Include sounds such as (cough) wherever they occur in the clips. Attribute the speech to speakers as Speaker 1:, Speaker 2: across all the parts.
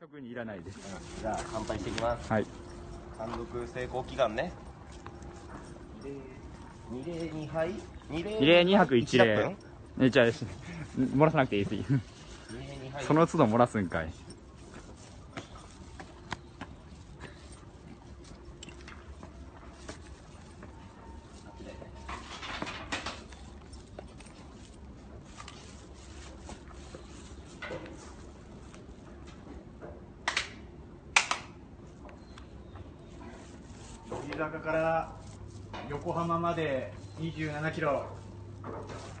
Speaker 1: 特にいらないです。
Speaker 2: じゃあ乾杯していきます
Speaker 1: はい。
Speaker 2: 単独成功祈願ね二礼二杯二礼
Speaker 1: 二礼二拍一礼
Speaker 2: 100分
Speaker 1: え、じゃあ、し (laughs) 漏らさなくていいです。
Speaker 2: 二礼二杯
Speaker 1: その都度漏らすんかい。
Speaker 3: 飯坂から横浜まで27キロ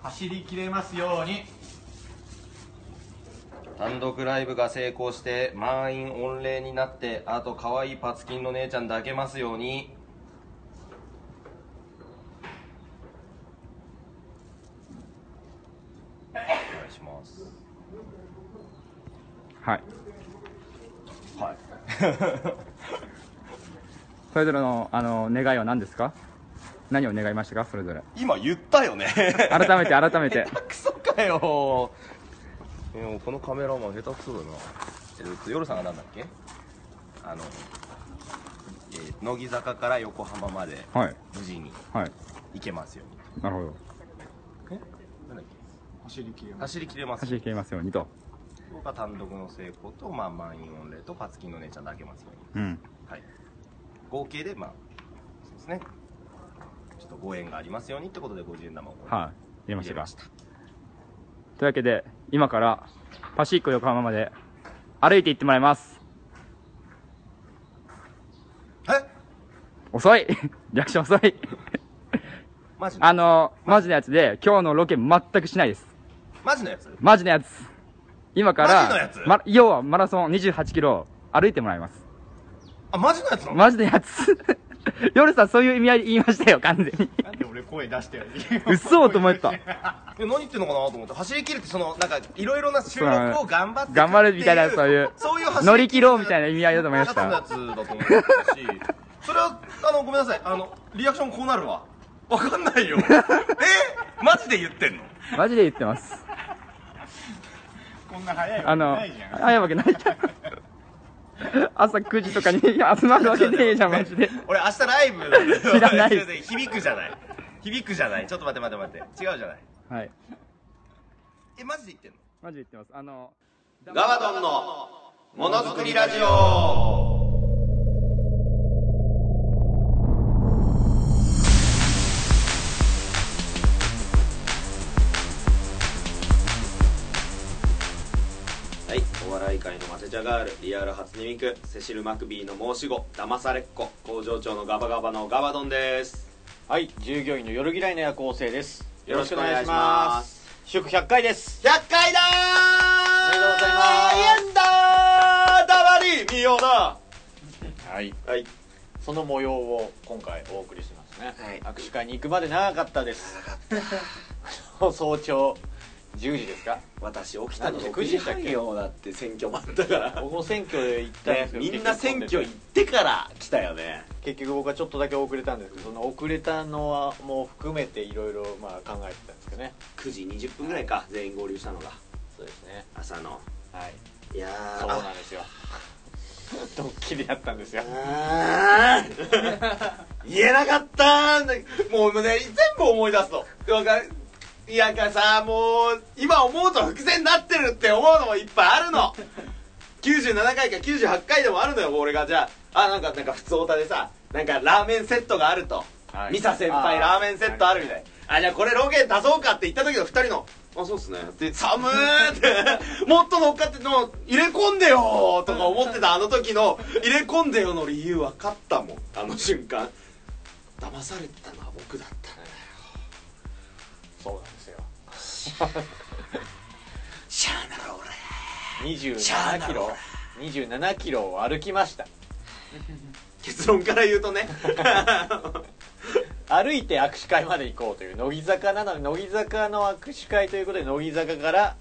Speaker 3: 走りきれますように
Speaker 2: 単独ライブが成功して満員御礼になってあと可愛いパツキンの姉ちゃん抱けますようにお願いします
Speaker 1: はい。
Speaker 2: はい
Speaker 1: それぞれの、あの、願いは何ですか何を願いましたかそれぞれ。
Speaker 2: 今言ったよね
Speaker 1: (laughs) 改めて、改めて。
Speaker 2: 下手くそかよいやこのカメラマン下手くそだなえっと夜さんがなんだっけあの、えー乃木坂から横浜まで
Speaker 1: はい。
Speaker 2: 無事に
Speaker 1: はい。
Speaker 2: 行けますよ
Speaker 1: なるほど。
Speaker 2: えなんだっ
Speaker 3: 走りきれ
Speaker 2: け
Speaker 3: ます
Speaker 2: 走り切れます
Speaker 1: 走り切れますようにと。
Speaker 2: 僕は単独の成功と、まあ、満員御礼とパツキンの姉ちゃんだけますよう
Speaker 1: うん。
Speaker 2: にはい合計でまあそうですねちょっとご縁がありますようにってことで50円玉を
Speaker 1: はい。入れま
Speaker 2: 入
Speaker 1: し
Speaker 2: れ
Speaker 1: たか
Speaker 2: ま。した
Speaker 1: というわけで、今から、パシフィック横浜まで歩いて行ってもらいます。
Speaker 2: え
Speaker 1: 遅い (laughs) リアクション遅い
Speaker 2: マジの
Speaker 1: あの、マジのやつで、今日のロケ全くしないです。
Speaker 2: マジのやつ
Speaker 1: マジのやつ。今から、
Speaker 2: マジのやつ
Speaker 1: ま要はマラソン28キロ歩いてもらいます。
Speaker 2: あマジのやつなの
Speaker 1: マジのやつ。 (laughs) 夜さんそういう意味合いで言いましたよ、完全に。
Speaker 3: なんで俺声出したよ
Speaker 1: 嘘と思った。
Speaker 2: え何言ってんのかなと思って走り切るってそのなんかいろいろな収録を頑張って
Speaker 1: 頑張るみたいな、そういう。
Speaker 2: そういう走り
Speaker 1: 乗り切ろうみたいな意味合いだと思いま
Speaker 2: やつ
Speaker 1: し
Speaker 2: のや
Speaker 1: た
Speaker 2: つ。だと思ったしそれはあのごめんなさいあのリアクションこうなるわわかんないよえマジで言ってんの
Speaker 1: マジで言ってます。
Speaker 3: (laughs) こんな早い
Speaker 1: あ
Speaker 3: わけな
Speaker 1: の、
Speaker 3: いじゃん
Speaker 1: 早いわけないじゃん。朝9時とかに集まるわけねえじゃん、マジで。
Speaker 2: 俺明日ライブなんだよ
Speaker 1: 知らない
Speaker 2: 違う違う響くじゃない響くじゃないちょっと待って待って待って違うじゃない
Speaker 1: はい。
Speaker 2: えマジで言ってんの
Speaker 1: マジで言ってます。あの、
Speaker 2: ガバドンのものづくりラジオはい、お笑い界のマテ茶ガールリアル初音ミクセシル・マクビーの申し子騙されっ子工場長のガバガバのガバドンです
Speaker 4: はい、従業員の夜嫌いの夜行性です。。
Speaker 2: よろしくお願いします
Speaker 4: 祝100回です。
Speaker 2: 100回だー
Speaker 4: おめでとうござい
Speaker 2: やんだーだばりみようだ
Speaker 4: はい、
Speaker 2: はい
Speaker 4: その模様を今回お送りしますね。
Speaker 2: はい
Speaker 4: 握手会に行くまで長かったです。 (laughs) 早朝10時ですか。
Speaker 2: 私起き
Speaker 4: たの6時半
Speaker 2: よだって選挙もあったから
Speaker 4: 僕も選挙で行ったんですけど、
Speaker 2: みんな選挙行
Speaker 4: 結局
Speaker 2: ってから来たよね
Speaker 4: 結局僕はちょっとだけ遅れたんですけど、その遅れたのはもう含めていろいろまあ考えてたんですけどね。
Speaker 2: 9時20分ぐらいか全員合流したのが
Speaker 4: そうですね。
Speaker 2: 朝の
Speaker 4: はい。
Speaker 2: いやー
Speaker 4: そうなんですよ。ドッキリだったんですよ。
Speaker 2: あー (laughs) 言えなかったーんだもうね全部思い出すとだからいやかさもう今思うと伏線になってるって思うのもいっぱいある (laughs) の97回か98回でもあるのよ俺がじゃああなんかなんか普通オタでさなんかラーメンセットがあると、
Speaker 4: はい
Speaker 2: ミサ先輩ラーメンセットあるみたいあじゃあこれロケ出そうかって言った時の2人の「あそうっすね」って「寒ー」って (laughs) もっと乗っかっての入れ込んでよーとか思ってたあの時の入れ込んでよの理由分かったもんあの瞬間騙されてたのは僕だったね
Speaker 4: そうなんですよ。
Speaker 2: (laughs) しゃあなら俺
Speaker 4: 27キロ27キロを歩きました
Speaker 2: 結論から言う
Speaker 4: (laughs)
Speaker 2: とね
Speaker 4: 歩いて握手会まで行こうという乃木坂なので乃木坂の握手会ということで乃木坂から、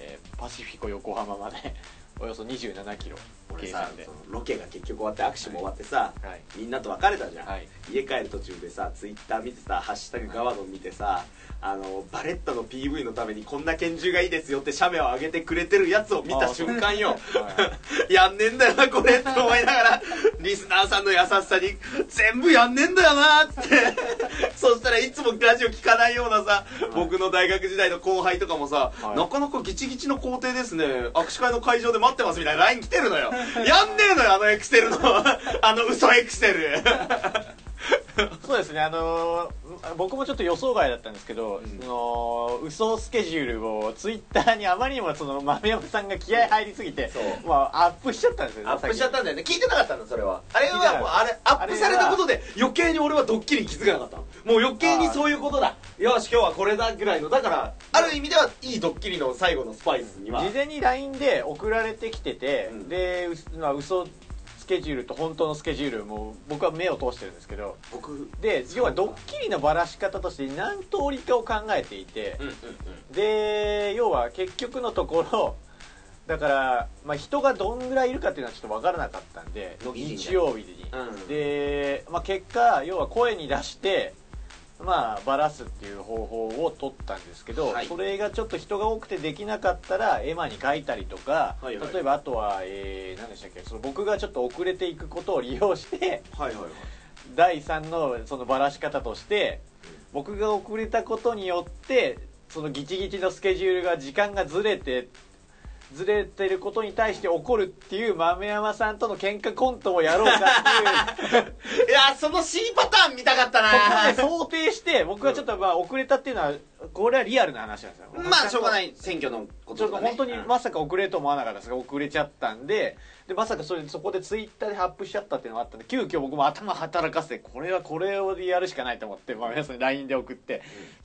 Speaker 4: えーパシフィコ横浜まで (laughs) およそ27キロ
Speaker 2: 俺
Speaker 4: 計
Speaker 2: さ
Speaker 4: 算で
Speaker 2: そのロケが結局終わって握手も終わってさ、
Speaker 4: はい
Speaker 2: みんなと別れたじゃん、
Speaker 4: はい
Speaker 2: 家帰る途中でさツイッター見てさ「ハッシュタグガワドン」見てさあのバレッタの PV のためにこんな拳銃がいいですよって写メを上げてくれてるやつを見た瞬間よ (laughs)
Speaker 4: そうはいは
Speaker 2: やんねえんだよなこれって思いなが
Speaker 4: (laughs)
Speaker 2: らリスナーさんの優しさに全部やんねえんだよなっ
Speaker 4: (laughs)
Speaker 2: てそしたらいつもラジオ聞かないようなさ僕の大学時代の後輩とかもさ、
Speaker 4: はい
Speaker 2: なかなかギチギチの校庭ですね握手会の会場で待ってますみたいな LINE 来てる
Speaker 4: (laughs)
Speaker 2: のよやんねえのよあのエクセルのあの嘘エクセル
Speaker 4: そうですねあのー僕もちょっと予想外だったんですけど、
Speaker 2: うん
Speaker 4: その嘘スケジュールをツイッターにあまりにもその丸山さんが気合い入りすぎて
Speaker 2: そう、
Speaker 4: まあ、アップしちゃったんですよね
Speaker 2: アップしちゃったんだよね聞いてなかったのそれはあれ
Speaker 4: 聞いてな
Speaker 2: は
Speaker 4: かった
Speaker 2: もうあれアップされたことで余計に俺はドッキリに気づかなかったのもう余計にそういうことだよし今日はこれだぐらいのだからある意味ではいいドッキリの最後のスパイスには
Speaker 4: 事前に LINE で送られてきてて、
Speaker 2: うん
Speaker 4: でうすまあ嘘スケジュールと本当のスケジュールも僕は目を通してるんですけど
Speaker 2: 僕うん
Speaker 4: で要はドッキリのばらし方として何通りかを考えていて、
Speaker 2: うんうん
Speaker 4: で要は結局のところだから、まあ、人がどんぐらいいるかっていうのはちょっと分からなかったんで
Speaker 2: 乃木神社
Speaker 4: 日曜日に、
Speaker 2: うん
Speaker 4: で、まあ、結果要は声に出してまあバラすっていう方法を取ったんですけど、
Speaker 2: はい
Speaker 4: それがちょっと人が多くてできなかったら絵馬に書いたりとか、
Speaker 2: はいはい
Speaker 4: 例えばあとは、えー何でしたっけその僕がちょっと遅れていくことを利用して
Speaker 2: はいはいはい
Speaker 4: 第3のそのばらし方として僕が遅れたことによってそのギチギチのスケジュールが時間がずれてずれてることに対して怒るっていう豆山さんとの喧嘩コントをやろうかっていう
Speaker 2: いやーその C パターン見たかったな
Speaker 4: そこまで想定して僕はちょっとまあ遅れたっていうのはこれはリアルな話なんですよ
Speaker 2: (laughs) ま (laughs) あしょうがないい選挙のこ
Speaker 4: ち
Speaker 2: とと
Speaker 4: ょっと
Speaker 2: かね
Speaker 4: 本当に
Speaker 2: うん
Speaker 4: まさか遅れると思わなかったですが遅れちゃったんででまさかそれそこでツイッターで発布しちゃったっていうのがあったんで急遽僕も頭働かせてこれはこれをやるしかないと思って、まあ、皆さんに LINE で送って、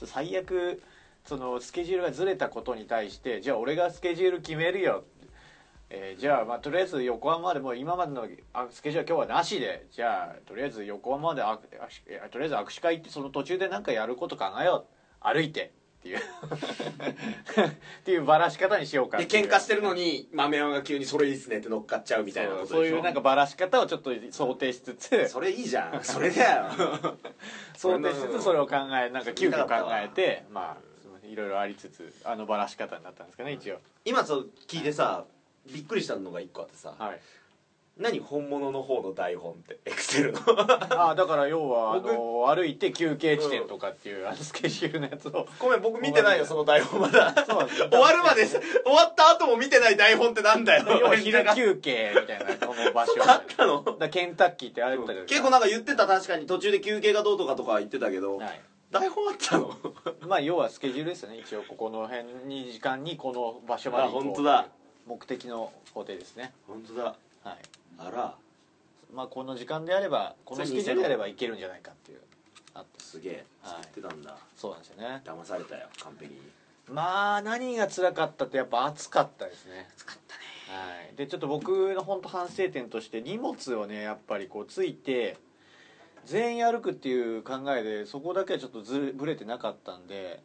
Speaker 4: 最悪そのスケジュールがずれたことに対してじゃあ俺がスケジュール決めるよえーじゃあ、まあ、とりあえず横浜までもう今までのあスケジュールは今日はなしでじゃあとりあえず横浜までああしえとりあえず握手会行ってその途中で何かやること考えよう歩いてっていうっていうばらし方にしようか
Speaker 2: で
Speaker 4: っていう
Speaker 2: 喧嘩してるのに豆山が急に「それいいっすね」って乗っかっちゃうみたいなことでしょ
Speaker 4: そうそういうなんかばらし方をちょっと想定しつつ
Speaker 2: それいいじゃんそれだよ (laughs)
Speaker 4: 想定しつつそれを考えなんか急遽考えて
Speaker 2: うん
Speaker 4: まあいろいろありつつあのばらし方になったんですかね一応
Speaker 2: 今そう聞いてさびっくりしたのが一個あってさ、
Speaker 4: はい
Speaker 2: 何本物の方の台本ってエクセルの
Speaker 4: ああだから要はあ
Speaker 2: 僕
Speaker 4: の歩いて休憩地点とかっていうあのスケジュールのやつを
Speaker 2: ごめん僕見てないよその台本まだ
Speaker 4: そうなんですよ
Speaker 2: 終わるまで終わった後も見てない台本ってなんだよ
Speaker 4: (laughs) 要は
Speaker 2: みん
Speaker 4: 昼
Speaker 2: なが
Speaker 4: 休憩みたいなこの場所
Speaker 2: あったの
Speaker 4: だからケンタッキーってあれだったじゃないです
Speaker 2: 結
Speaker 4: か
Speaker 2: 構なんか言ってた確かに途中で休憩がどうとかとか言ってたけど、
Speaker 4: はい
Speaker 2: 台本あった
Speaker 4: (laughs)
Speaker 2: の
Speaker 4: まあ要はスケジュールですよね一応ここの辺に時間にこの場所まで行こう
Speaker 2: あ本当だ
Speaker 4: 目的の工程ですね
Speaker 2: 本当だ
Speaker 4: はい
Speaker 2: あら
Speaker 4: まあこの時間であればこのスケジュールであればいけるんじゃないかっていうあって
Speaker 2: すげえ作ってたんだ、
Speaker 4: そうなんですよね
Speaker 2: 騙されたよ完璧に
Speaker 4: まあ何が辛かったってやっぱ暑かったですね暑かったねはいでちょっと僕の本当反省点として荷物をねやっぱりこうついて全員歩くっていう考えでそこだけはちょっとずれぶれてなかったんで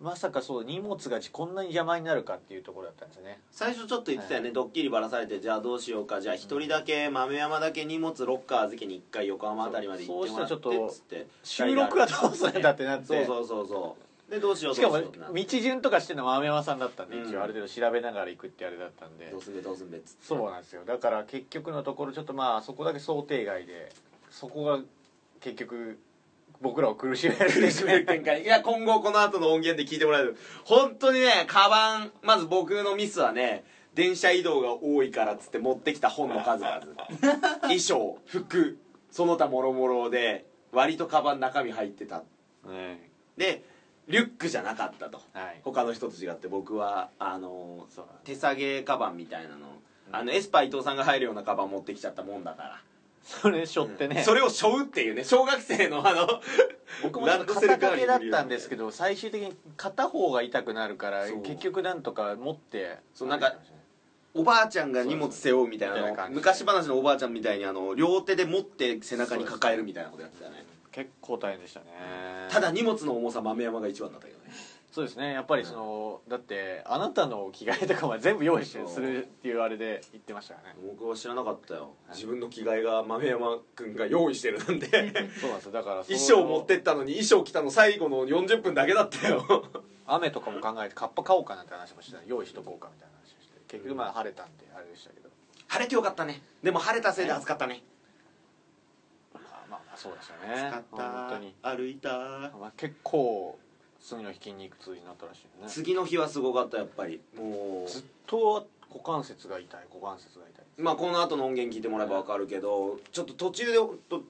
Speaker 4: まさかそう荷物がこんなに邪魔になるかっていうところだったんですね
Speaker 2: 最初ちょっと言ってたよね、ドッキリばらされてじゃあどうしようかじゃあ一人だけ豆山だけ荷物ロッカー預けに一回横浜あたりまで行ってもらって
Speaker 4: そうそうしたらちょっと
Speaker 2: つって
Speaker 4: 収録はどうするんだってなって
Speaker 2: そうそうそうそうでどうしよう
Speaker 4: しか
Speaker 2: ど
Speaker 4: も
Speaker 2: うようってなって
Speaker 4: 道順とかしてるのは青山さんだったんで、
Speaker 2: うん
Speaker 4: 一応ある程度調べながら行くってあれだったんで
Speaker 2: どうすんべどうすんべっつって
Speaker 4: そうなんですよだから結局のところちょっとまあそこだけ想定外でそこが結局僕らを苦しめる
Speaker 2: 苦しめる展 (laughs) 開いや今後この後の音源で聞いてもらえる本当にねカバンまず僕のミスはね電車移動が多いからっつって持ってきた本の数々衣装服その他もろもろで割とカバン中身入ってた
Speaker 4: ね
Speaker 2: でリュックじゃなかったと
Speaker 4: はい
Speaker 2: 他の人と違って僕はあの
Speaker 4: そうなん
Speaker 2: 手
Speaker 4: で
Speaker 2: 提げカバンみたいなのあのエスパー伊藤さんが入るようなカバン持ってきちゃったもんだから
Speaker 4: (laughs) それしょってね、
Speaker 2: それを背負うっていうね小学生のあ (laughs) の
Speaker 4: 僕もちょ
Speaker 2: ラ
Speaker 4: っと
Speaker 2: ンドセル
Speaker 4: 肩
Speaker 2: 代わ
Speaker 4: 掛
Speaker 2: り
Speaker 4: け
Speaker 2: に振
Speaker 4: だっ
Speaker 2: り入れ
Speaker 4: たんですけど最終的に片方が痛くなるから
Speaker 2: そう
Speaker 4: 結局なんとか持って
Speaker 2: そうなんかおばあちゃんが荷物背負うみたいな
Speaker 4: みたい
Speaker 2: の
Speaker 4: な感じ
Speaker 2: 昔話のおばあちゃんみたいにあの両手で持って背中に抱えるみたいなことやってたね
Speaker 4: 結構大変でしたね
Speaker 2: ただ荷物の重さ豆山が一番だったけどね
Speaker 4: そうですねやっぱりその、だってあなたの着替えとかは全部用意してするっていうあれで言ってましたよね
Speaker 2: 僕は知らなかったよ自分の着替えが豆山君が用意してるなんて (laughs)
Speaker 4: そうなんですよだから
Speaker 2: 衣装持ってったのに衣装着たの最後の40分だけだったよ
Speaker 4: 雨とかも考えてカッパ買おうかなんて話もしてた用意しとこうかみたいな話をして結局まあ晴れたんであれでしたけど、
Speaker 2: (laughs) 晴れてよかったねでも晴れたせいで暑かったね
Speaker 4: まあまあまあそうでした
Speaker 2: 暑
Speaker 4: ね
Speaker 2: かった
Speaker 4: 本当に、
Speaker 2: 歩いた
Speaker 4: まあ、結構次の日筋肉痛になったらしいねずっ
Speaker 2: 次の日はすごかったやっぱりもう
Speaker 4: と股関節が痛い股関節が痛い
Speaker 2: まあこの後の音源聞いてもらえばわかるけどちょっと途中でと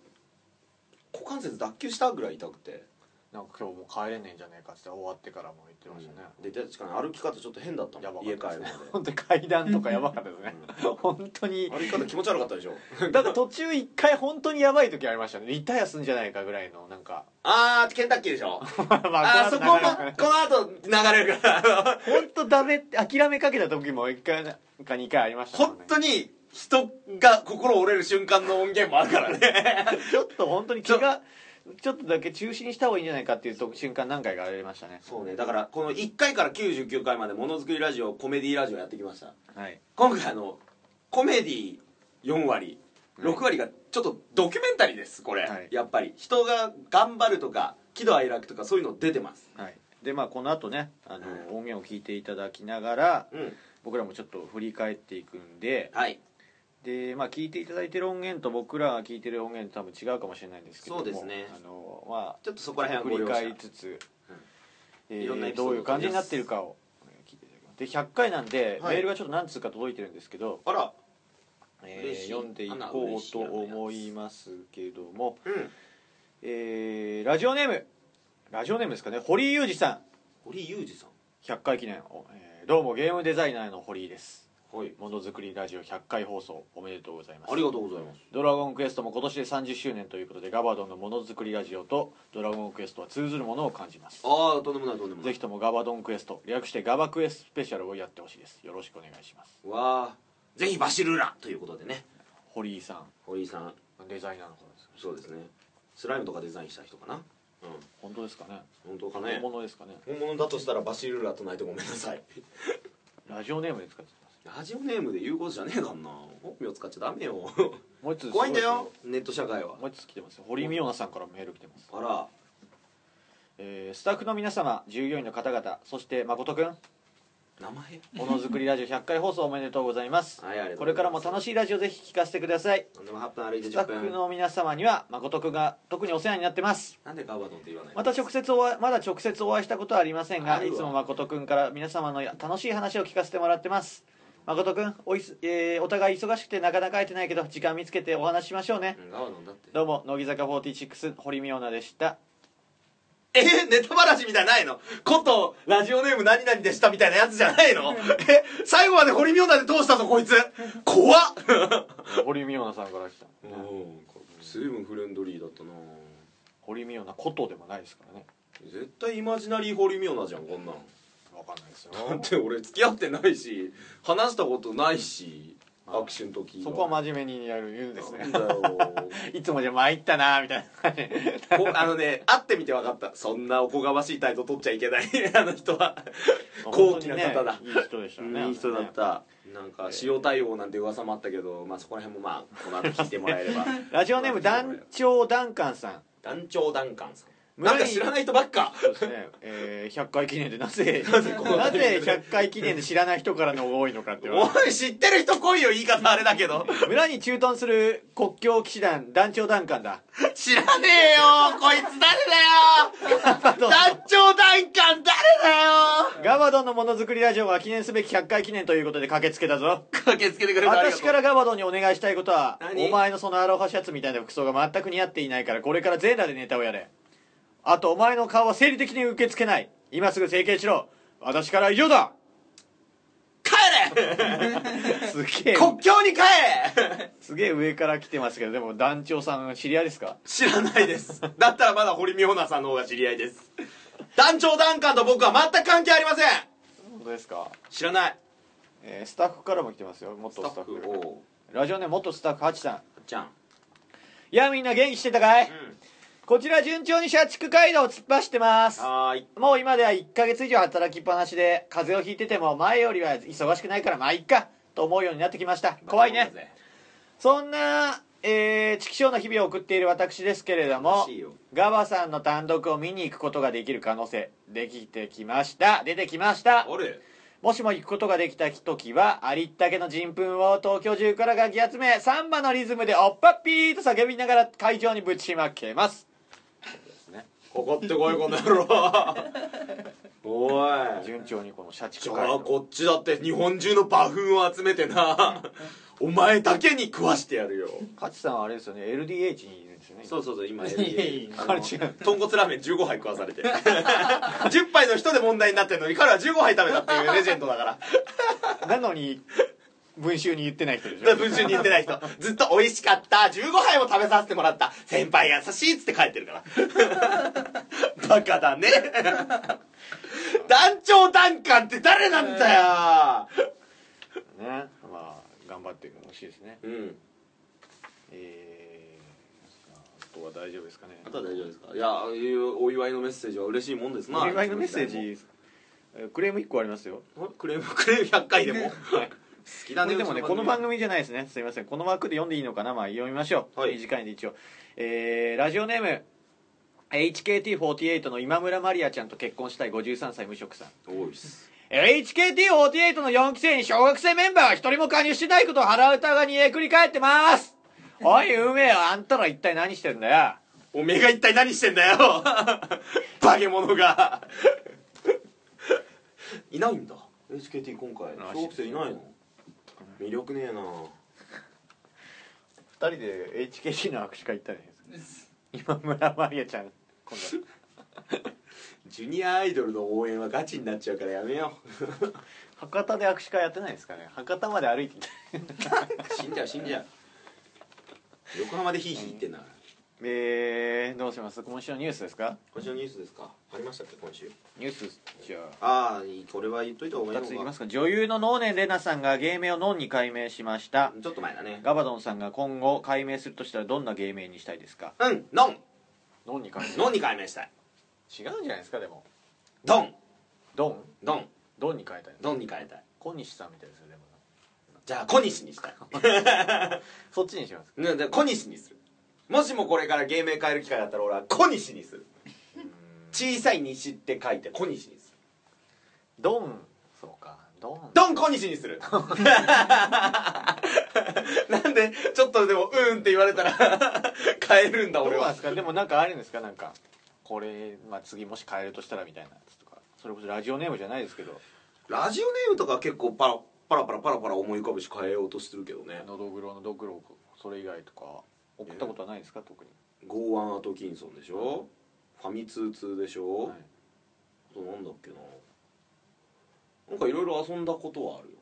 Speaker 2: 股関節脱臼したぐらい痛くて
Speaker 4: なんか今日もう帰れねえんじゃねえかっつって終わってからも言ってましたね、
Speaker 2: で確かに歩き方ちょっと変だった
Speaker 4: やば
Speaker 2: も
Speaker 4: か
Speaker 2: ん家
Speaker 4: っ
Speaker 2: 帰
Speaker 4: たです
Speaker 2: る
Speaker 4: ね
Speaker 2: ま
Speaker 4: (laughs) 本当に階段とかやばかったですね本当
Speaker 2: で
Speaker 4: に
Speaker 2: (laughs) 歩き方気持ち悪かったでしょ
Speaker 4: だから途中一回本当にやばい時ありましたねリタイアすんじゃないかぐらいのなん (laughs) か
Speaker 2: あーケンタッキーでしょ
Speaker 4: (laughs) ま
Speaker 2: あーそこも
Speaker 4: この後流れ
Speaker 2: この後流れ
Speaker 4: る
Speaker 2: るから (laughs)
Speaker 4: 本当ダメって諦めかけた時も一回か2回ありましたもん
Speaker 2: 本
Speaker 4: ね
Speaker 2: 当に人が心折れる瞬間の音源もあるからね
Speaker 4: ちょっと本当に気がちょっとだけ中止にした方がいいんじゃないかっていうと瞬間何回かありましたね
Speaker 2: そうねだからこの1回から99回までものづくりラジオコメディラジオやってきました
Speaker 4: はい
Speaker 2: 今回あのコメディ4割6割がちょっとドキュメンタリーですこれ、
Speaker 4: はい
Speaker 2: やっぱり人が頑張るとか喜怒哀楽とかそういうの出てます
Speaker 4: はいでまあこの後ねあの、
Speaker 2: はい
Speaker 4: 音源を聞いていただきながら
Speaker 2: うん
Speaker 4: 僕らもちょっと振り返っていくんで
Speaker 2: はい
Speaker 4: でまあ聞いていただいてる音源と僕らが聞いてる音源と多分違うかもしれないんですけども
Speaker 2: そうですね
Speaker 4: あのまあ
Speaker 2: ちょっとそこら辺
Speaker 4: 振
Speaker 2: はご
Speaker 4: り
Speaker 2: 了承
Speaker 4: 返りつつ、
Speaker 2: うん
Speaker 4: えー
Speaker 2: いろんなエピソー
Speaker 4: ど
Speaker 2: ド
Speaker 4: ういう感じになってるかを聞いていただきますで100回なんで、
Speaker 2: はい
Speaker 4: メールがちょっと何通か届いてるんですけど、
Speaker 2: あら
Speaker 4: え
Speaker 2: 嬉し
Speaker 4: ー
Speaker 2: い
Speaker 4: 読んでいこうと思いますけども、
Speaker 2: うん
Speaker 4: えーラジオネームラジオネームですかね堀井裕二さ
Speaker 2: 堀井裕二さん
Speaker 4: ん100回記念、おえーどうもゲームデザイナーの堀井です
Speaker 2: はい
Speaker 4: ものづくりラジオ100回放送おめでとうございます
Speaker 2: ありがとうございます
Speaker 4: ドラゴンクエストも今年で30周年ということでガバドンのものづくりラジオとドラゴンクエストは通ずるものを感じます
Speaker 2: ああとんでもないとんでもない
Speaker 4: ぜひともガバドンクエスト略してガバクエストスペシャルをやってほしいですよろしくお願いします
Speaker 2: わあぜひバシルーラということでね
Speaker 4: 堀井さ
Speaker 2: 堀井さん
Speaker 4: んデザイナーの方です
Speaker 2: そうですねスライムとかデザインした人かなう
Speaker 4: 本当ですかね
Speaker 2: ん本当か
Speaker 4: 本物ですかね
Speaker 2: 本物だとしたらバシルーラとないてごめんなさい
Speaker 4: ラジオネームで使ってます
Speaker 2: ラジオネームで言うことじゃねえかんな本名使っちゃダメよ
Speaker 4: もう一つ
Speaker 2: 怖いんだよネット社会は
Speaker 4: もう一つ来てますよ堀井美央奈さんからメール来てます、
Speaker 2: あら
Speaker 4: えースタッフの皆様従業員の方々そして誠くん
Speaker 2: 名前
Speaker 4: ものづく
Speaker 2: (laughs)
Speaker 4: りラジオ100回放送おめでとうございます
Speaker 2: はいありがとうございます
Speaker 4: これからも楽しいラジオぜひ聞かせてください
Speaker 2: なんでも8分歩いて
Speaker 4: スタ
Speaker 2: 10
Speaker 4: ッフ
Speaker 2: 分
Speaker 4: の皆様には誠くんが特にお世話になってます
Speaker 2: なんでガバドンって言わない
Speaker 4: また直接お会いまだ直接お会いしたことはありません
Speaker 2: あ
Speaker 4: が
Speaker 2: る
Speaker 4: い
Speaker 2: わ
Speaker 4: つも誠くんから皆様の楽しい話を聞かせてもらってます誠くんおいす、えーお互い忙しくてなかなか会えてないけど時間見つけてお話ししましょうね
Speaker 2: うんガバドンだって
Speaker 4: どうも乃木坂46堀美央奈でした
Speaker 2: えネタばらしみたいなのないのことラジオネーム何々でしたみたいなやつじゃないのえ最後まで堀妙奈で通したぞこいつ怖っ
Speaker 4: 堀美央奈さんから来た
Speaker 2: 随分フレンドリーだったな
Speaker 4: 堀美央奈ことでもないですからね
Speaker 2: 絶対イマジナリー堀妙奈じゃんこんなん
Speaker 4: わかんないですよ
Speaker 2: (laughs) だって俺付き合ってないし話したことないし握手の時以外
Speaker 4: そこは真面目にやる言うんです
Speaker 2: な
Speaker 4: ね
Speaker 2: んだよ
Speaker 4: いつもじゃ参ったなみたいな感じ
Speaker 2: こあのね会ってみて分かったそんなおこがましい態度取っちゃいけない (laughs) あの人は (laughs) 高貴な方だ
Speaker 4: 本当にねいい人でしたよね
Speaker 2: いい人だったなんか塩対応なんて噂もあったけどまあそこら辺もまあこの後聞いてもらえれば
Speaker 4: (laughs) ラジオネーム団長ダンカンさん
Speaker 2: 団長ダンカンさん
Speaker 4: 村
Speaker 2: な
Speaker 4: 井
Speaker 2: んか知らない人ばっか
Speaker 4: そうですね、えー100回記念でなぜな
Speaker 2: (laughs) なぜこうなってる
Speaker 4: ぜ100回記念で知らない人からのが多いのかって言われて
Speaker 2: おい知ってる人来いよ言い方あれだけ
Speaker 4: (laughs)
Speaker 2: ど
Speaker 4: 村に駐屯する国境騎士団団長ダンカンだ
Speaker 2: 知らねえよこいつ誰だよ団長ダンカン誰だよ
Speaker 4: ガバドンのものづくりラジオが記念すべき100回記念ということで駆けつけたぞ
Speaker 2: 駆けつけてくれてありがとう
Speaker 4: 私からガバドンにお願いしたいことは
Speaker 2: 何
Speaker 4: お前のそのアロハシャツみたいな服装が全く似合っていないからこれから全裸でネタをやれあとお前の顔は生理的に受け付けない今すぐ整形しろ私からは以上だ
Speaker 2: 帰れ
Speaker 4: すげえ
Speaker 2: 国境に帰れ
Speaker 4: すげえ上から来てますけどでも団長さん知り合いですか
Speaker 2: 知らないですだったらまだ堀美穂奈さんの方が知り合いです団長ダンカンと僕は全く関係ありません
Speaker 4: 本当ですか
Speaker 2: 知らない
Speaker 4: えースタッフからも来てますよ元スタッフ
Speaker 2: お
Speaker 4: ラジオネーム元スタッフハチさん
Speaker 2: じゃん
Speaker 4: いやみんな元気してたかい、
Speaker 2: うん
Speaker 4: こちら順調に社畜街道を突っ走ってます
Speaker 2: はーい。
Speaker 4: もう今では1ヶ月以上働きっぱなしで風邪をひいてても前よりは忙しくないからまあいっかと思うようになってきました怖いねそんな、えー、畜生の日々を送っている私ですけれども
Speaker 2: 楽しいよ
Speaker 4: ガバさんの単独を見に行くことができる可能性できてきました出てきました
Speaker 2: あれ
Speaker 4: もしも行くことができた時はありったけの人糞を東京中からかき集めサンバのリズムでおっぱっぴーと叫びながら会場にぶちまけます
Speaker 2: ここってこいこの野郎おい
Speaker 4: 順調にこの社
Speaker 2: じ
Speaker 4: 畜
Speaker 2: ゃ
Speaker 4: 街
Speaker 2: あ
Speaker 4: 道
Speaker 2: こっちだって日本中の馬粉を集めてなお前だけに食わしてやるよ
Speaker 4: 勝さんはあれですよね LDH にいるんですよね
Speaker 2: そうそうそう今
Speaker 3: いやいや
Speaker 2: あ
Speaker 4: あれ
Speaker 2: の
Speaker 4: 違う
Speaker 2: 豚骨ラーメン15杯食わされて10杯の人で問題になってるのに彼は15杯食べたっていうレジェンドだから
Speaker 4: なのに文集に言ってない人で
Speaker 2: (laughs)
Speaker 4: しょ
Speaker 2: 文春に言ってない人ずっと美味しかった15杯も食べさせてもらった先輩優しいっつって帰ってるからバカだね団長団官って誰なんだよ
Speaker 4: ねまあ頑張ってほしいですね
Speaker 2: うん
Speaker 4: えー、あとは大丈夫ですかね
Speaker 2: あとは大丈夫ですかいやああいうお祝いのメッセージは嬉しいもんですな
Speaker 4: お祝いのメッセージえークレーム1個ありますよ
Speaker 2: あクレームクレーム100回でも好きだ
Speaker 4: こ
Speaker 2: ね
Speaker 4: れでもね
Speaker 2: うち
Speaker 4: この番
Speaker 2: 組
Speaker 4: 組じゃないですねすいませんこの枠で読んでいいのかなまあ読みましょう、
Speaker 2: はい
Speaker 4: 短いんで一応、えーラジオネーム HKT48 の今村まりあちゃんと結婚したい53歳無職さん
Speaker 2: 多いっす
Speaker 4: HKT48 の4期生に小学生メンバーが一人も加入してないことを腹歌が煮えくり返って (laughs) ますおい運命よあんたら一体何してんだよ
Speaker 2: おめえが一体何してんだよ (laughs) 化け物が (laughs) いないんだ HKT 今回
Speaker 4: らしいです
Speaker 2: 小学生いないの魅力ねえな
Speaker 4: 2人で HKT の握手会行ったらいいです (laughs) 今村まりあちゃん今度
Speaker 2: ジュニアアイドルの応援はガチになっちゃうからやめよ
Speaker 4: 博多で握手会やってないですかね博多まで歩いてきた
Speaker 2: う (laughs) 死んじゃう死んじゃう横浜でヒーヒー言ってんな
Speaker 4: えー、どうします今週のニュースですか
Speaker 2: 今週のニュースですかありましたっけ今週
Speaker 4: ニュースじゃあ
Speaker 2: ああこれは言っといた方がい
Speaker 4: 2
Speaker 2: いの
Speaker 4: つい
Speaker 2: か
Speaker 4: きますか女優の能年玲奈さんが芸名をノンに改名しました
Speaker 2: ちょっと前だね
Speaker 4: ガバドンさんが今後改名するとしたらどんな芸名にしたいですか
Speaker 2: うんノン
Speaker 4: ノンに改名
Speaker 2: ノンに改名したい
Speaker 4: 違うんじゃないですかでも
Speaker 2: ドン
Speaker 4: ドン
Speaker 2: ドン
Speaker 4: ドンに変えたい
Speaker 2: ドンに変えたい
Speaker 4: 小西さんみたいですよでも
Speaker 2: じゃあ小西にしたい
Speaker 4: そっちにします
Speaker 2: ねで小西にするもしもこれから芸名変える機会だったら俺は小西にする小さい西って書いて小西にする
Speaker 4: ドンそうかドン
Speaker 2: ドン小西にす (laughs) るなんでちょっとでも「うん」って言われたら変えるんだ
Speaker 4: どう
Speaker 2: 俺
Speaker 4: なん
Speaker 2: は
Speaker 4: ですかでもなんかあるんですかなんかこれ、まあ、次もし変えるとしたらみたいなやつとかそれこそラジオネームじゃないですけど
Speaker 2: ラジオネームとか結構パラパラパラパラパラ思い浮かぶし変えようとしてるけどね
Speaker 4: のどぐろのどぐろそれ以外とか送ったことはないですか特に
Speaker 2: ゴーアン・アトキンソンでしょ、ファミ通通でしょ、
Speaker 4: はい
Speaker 2: あとなんだっけななんかいろいろ遊んだことはあるよ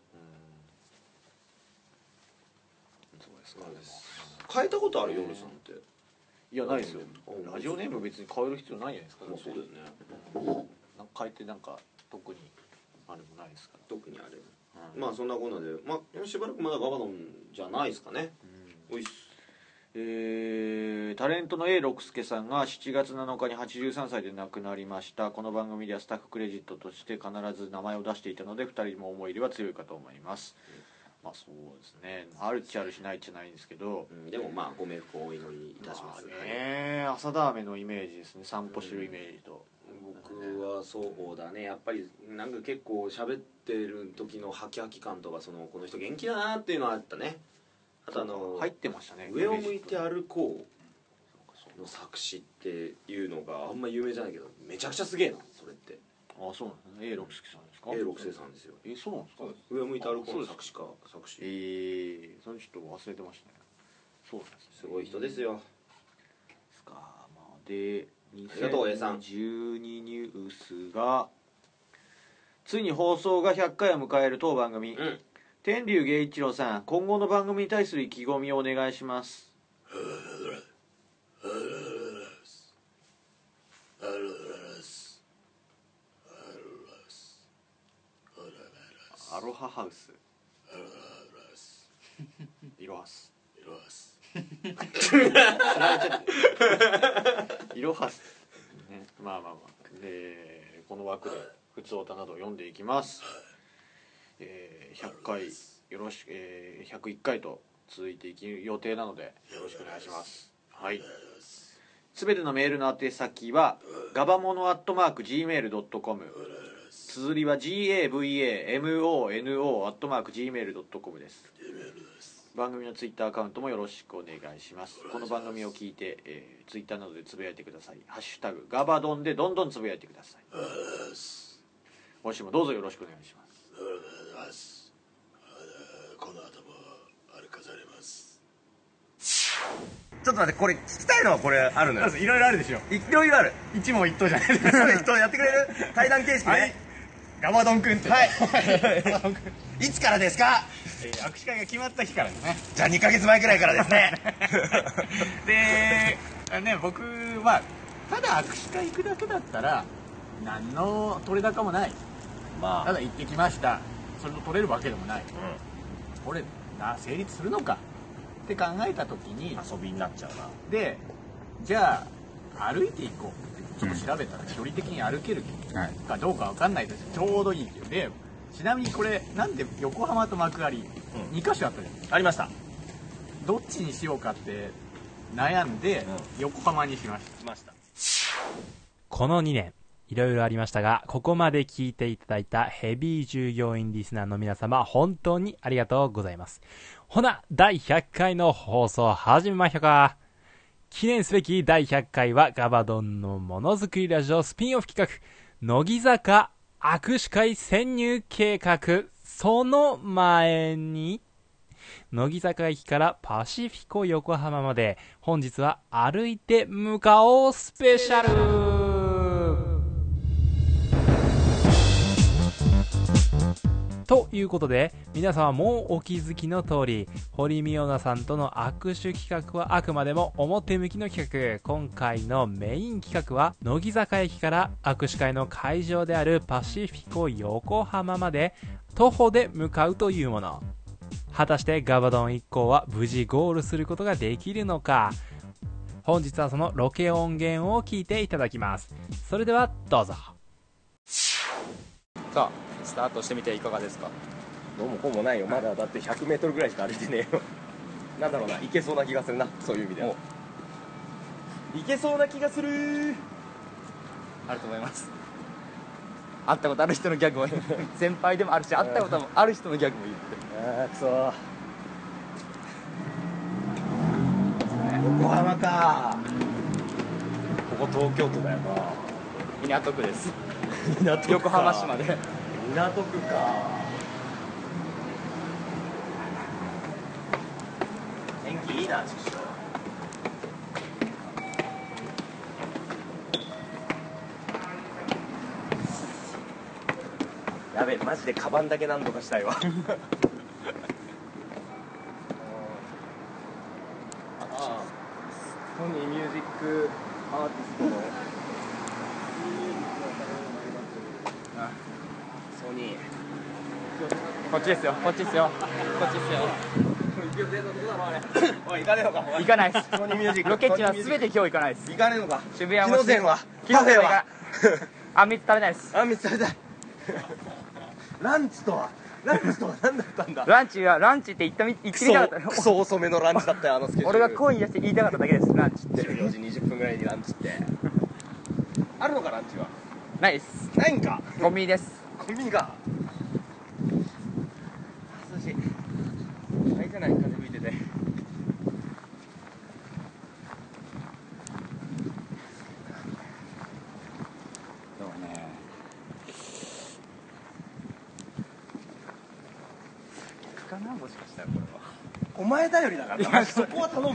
Speaker 4: そうです
Speaker 2: あれです変えたことある夜さんって
Speaker 4: いやないですよ
Speaker 2: うん
Speaker 4: ラジオネーム別に変える必要ないじゃないですか
Speaker 2: まあそうだよね
Speaker 4: なんか変えてなんか特にあれもないですか
Speaker 2: 特にあれ
Speaker 4: ら、
Speaker 2: まあそんなこんなでまあしばらくまだガバドンじゃないですかねおいっす
Speaker 4: えータレントの A 六輔さんが7月7日に83歳で亡くなりましたこの番組ではスタッフクレジットとして必ず名前を出していたので2人も思い入れは強いかと思います、まあそうですねあるっちゃあるしないっちゃないんですけど
Speaker 2: うんでもまあご冥福をお祈りいたします
Speaker 4: まあね朝田飴のイメージですね散歩してるイメージと、
Speaker 2: 僕はそうだねやっぱりなんか結構喋ってる時のハキハキ感とかそのこの人元気だなっていうのはあったねあとあの
Speaker 4: 入ってましたね
Speaker 2: 上を向いて
Speaker 4: る
Speaker 2: 歩こうの作詞っていうのがあんま有名じゃないけどめちゃくちゃすげえなそれって
Speaker 4: あそうなんですね A 六輔さんですか
Speaker 2: A 六星さんですよ
Speaker 4: えそうなんですか
Speaker 2: 上を向いて歩こう
Speaker 4: そう
Speaker 2: の
Speaker 4: です
Speaker 2: 作詞家作詞
Speaker 4: えー、それちょっと忘れてましたねそうなんですね
Speaker 2: すごい人ですよ
Speaker 4: ですか、まあ、で
Speaker 2: りがとう A さん
Speaker 4: 2012ニュースがついに放送が100回を迎える当番
Speaker 2: う
Speaker 4: 組、
Speaker 2: ん
Speaker 4: 天竜芸一郎さん今後の番組に対する意気込みをお願いしますアロハハウス (laughs) アロハハウスイロハスイロハスいろはす、ね、まあまあまあでこの枠で「ふつおた」などを読んでいきます、えー、100回よろしく、えー、101回と続いていく予定なのでよろしくお願いしますはいすべてのメールの宛先はガバモノアットマーク Gmail.com 綴りは GAVAMONO アットマーク Gmail.com です番組のツイッターアカウントもよろしくお願いしますこの番組を聞いて、えー、ツイッターなどでつぶやいてください「ハッシュタグガバドン」でどんどんつぶやいてください今週もどうぞよろしくお願いします
Speaker 5: ますこの後も歩かされますちょっと待ってこれ聞きたいのはこれあるのよ
Speaker 3: いろいろあるでしょ
Speaker 5: いろいろある
Speaker 3: 一問一答じゃないですか
Speaker 5: 人やってくれる対談形式ね、
Speaker 3: はいガバドン君って
Speaker 5: はい
Speaker 3: ガバドン君
Speaker 5: い、つからですか
Speaker 3: えー握手会が決まった日からですね
Speaker 5: じゃあ2ヶ月前くらいからですね
Speaker 3: であね僕はただ握手会行くだけだったら何の取れ高もない
Speaker 5: ま
Speaker 3: ただ行ってきましたそれも取れるわけでもない、これな成立するのかって考えた時に
Speaker 5: 遊びになっちゃうな
Speaker 3: でじゃあ歩いていこうちょっと調べたら距離的に歩ける
Speaker 1: はい
Speaker 3: かどうかわかんないですちょうどいいっていうでちなみにこれなんで横浜と幕張、
Speaker 5: う
Speaker 3: 2箇所あったじゃん
Speaker 5: ありました
Speaker 3: どっちにしようかって悩んで横浜にしました
Speaker 5: 来ました
Speaker 6: この2年、いろいろありましたが、ここまで聞いていただいたヘビー従業員リスナーの皆様、本当にありがとうございます。ほな、第100回の放送始めましょうか。記念すべき第100回はガバドンのものづくりラジオスピンオフ企画、乃木坂握手会潜入計画、その前に、乃木坂駅からパシフィコ横浜まで本日は歩いて向かおうスペシャルということで皆様もうお気づきの通り堀美央奈さんとの握手企画はあくまでも表向きの企画今回のメイン企画は乃木坂駅から握手会の会場であるパシフィコ横浜まで徒歩で向かうというもの果たしてガバドン一行は無事ゴールすることができるのか本日はそのロケ音源を聞いていただきますそれではどうぞ
Speaker 1: さあスタートしてみていかがですか
Speaker 7: どうもこうもないよまだだって 100m ぐらいしか歩いてね
Speaker 2: (laughs)
Speaker 7: えよなんだろうないけそうな気がするなそういう意味ではいけそうな気がする
Speaker 1: あると思います会ったことある人のギャグもいい
Speaker 7: (laughs)
Speaker 1: 先輩でもあるし会ったこともある人のギャグもいいって
Speaker 7: ああくそ横浜かここ東京都だよな
Speaker 1: 港区です
Speaker 7: 港
Speaker 1: 横浜市まで
Speaker 7: 港区か
Speaker 5: 天気いいなちくしょう
Speaker 7: やべえマジでカバンだけ何とかしたいわソニーミュージックアーティストのソニー
Speaker 1: こっちですよこっちですよこっちですよ
Speaker 7: おい行かねえのかお
Speaker 1: 行かないです
Speaker 7: ソニーミュージック
Speaker 1: ロケ地は全て今日行かないです
Speaker 7: 行かねえのか
Speaker 1: 渋谷
Speaker 7: 木
Speaker 1: も
Speaker 7: の前は
Speaker 1: 昨日
Speaker 7: カフ
Speaker 1: も
Speaker 7: ェ
Speaker 1: 行か
Speaker 7: は
Speaker 1: あんみつ食べないです
Speaker 7: あ見つかりたいランチとはランチとは何だったんだ
Speaker 1: ランチはランチって言ったみ言っ
Speaker 7: ク
Speaker 1: て
Speaker 7: ソ
Speaker 1: みたかった
Speaker 7: クソ遅めのランチだったよあのスケジュール
Speaker 1: 俺が声に出して言いたかっただけですランチって
Speaker 7: 14時20分ぐらいにランチって (laughs) あるのかランチは
Speaker 1: ないです
Speaker 7: ないんか
Speaker 1: ゴミです
Speaker 7: コンビニか涼しいあれじゃない風吹いてて
Speaker 1: かなもしかしたらこれは
Speaker 7: お前頼りだからなそこは頼むよ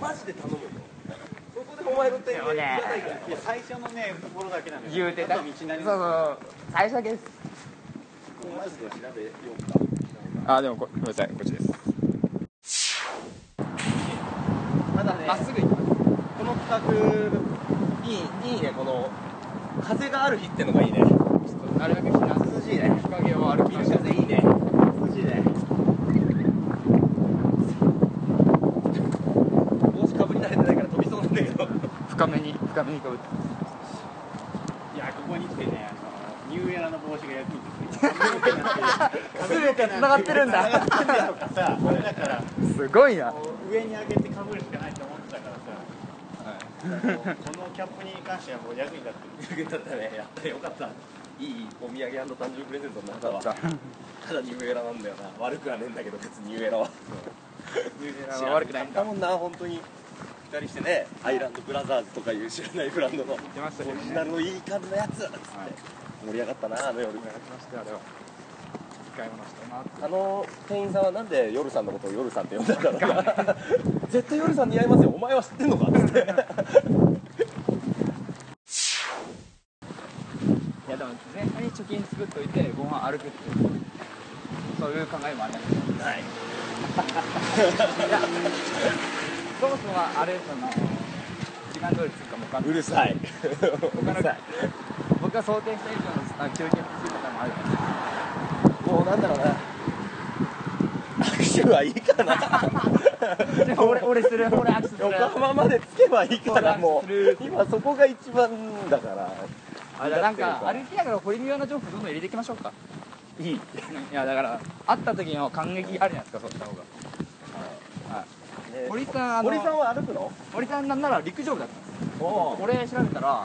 Speaker 7: マジで頼むよそこでお前の手
Speaker 1: でもね
Speaker 4: 最初のねところだけなんで
Speaker 1: 言うてた
Speaker 4: あと道なり
Speaker 1: そうそう最初だけですあでもこごめんなさいこっちです
Speaker 7: ただね
Speaker 1: まっすぐ行きます
Speaker 7: この企画いいいいねこの風がある日ってのがいいね
Speaker 1: なるべく日
Speaker 7: 涼しいね
Speaker 1: 陰を歩きましょう
Speaker 7: 風いいね涼しいね帽子かぶり慣れてないから飛びそうなんだけど
Speaker 1: 深めに深めにかぶって
Speaker 4: いやここに来てねあのニューエラの帽子が役に
Speaker 1: (laughs)
Speaker 4: 立つ全て
Speaker 1: 繋がってるんだ
Speaker 4: 繋がってるとかさ俺だから
Speaker 1: すごいな
Speaker 4: 上に上げてかぶるしかないと思ってたからさ、あのこのキャップに関してはもう役に立ってる
Speaker 7: 逆にだったねやったらよかったいいお土産誕生日プレゼントにな (laughs) ったわ
Speaker 1: だった
Speaker 7: ただニューエラなんだよな悪くはねえんだけど別にニューエラは
Speaker 1: あの悪くないんだ
Speaker 7: だもんな本当に2人してねアイランドブラザーズとかいう知らないブランドのオ
Speaker 1: てましたけどね
Speaker 7: リジナルのいい感じのやつっつって盛り上がったなあの夜
Speaker 1: ましてあれは使い物したなって
Speaker 7: あの店員さんはなんで夜さんのことを夜さんって呼んだんだろう
Speaker 1: (laughs)
Speaker 7: な (laughs) 絶対夜さん似合いますよお前は知ってんのかっつって
Speaker 1: いやでも前半に貯金作っといてご飯歩くっていうそういう考えもあります
Speaker 7: ない
Speaker 1: いや (laughs) そもそもはあれ (laughs) その時間通りつくかもかんな
Speaker 7: う
Speaker 1: い
Speaker 7: るさい
Speaker 1: 他の僕が想定した以上のあ休憩のつい方もあるから
Speaker 7: もうなんだろうな握手はいいかな
Speaker 1: でも (laughs) 俺俺する俺握手する (laughs)
Speaker 7: 横浜まで着けばいいからも
Speaker 1: そうだ
Speaker 7: う今そこが一番だから
Speaker 1: あなんか歩きながら堀美和の情報どんどん入れていきましょうか
Speaker 7: いい
Speaker 1: (laughs) いやだから会った時の感激あるじゃないですかそうした方が
Speaker 7: ね
Speaker 1: 堀さんあの
Speaker 7: 堀さんは歩くの
Speaker 1: 堀さんなんなら陸上部だったんです
Speaker 7: お
Speaker 1: 俺調べたら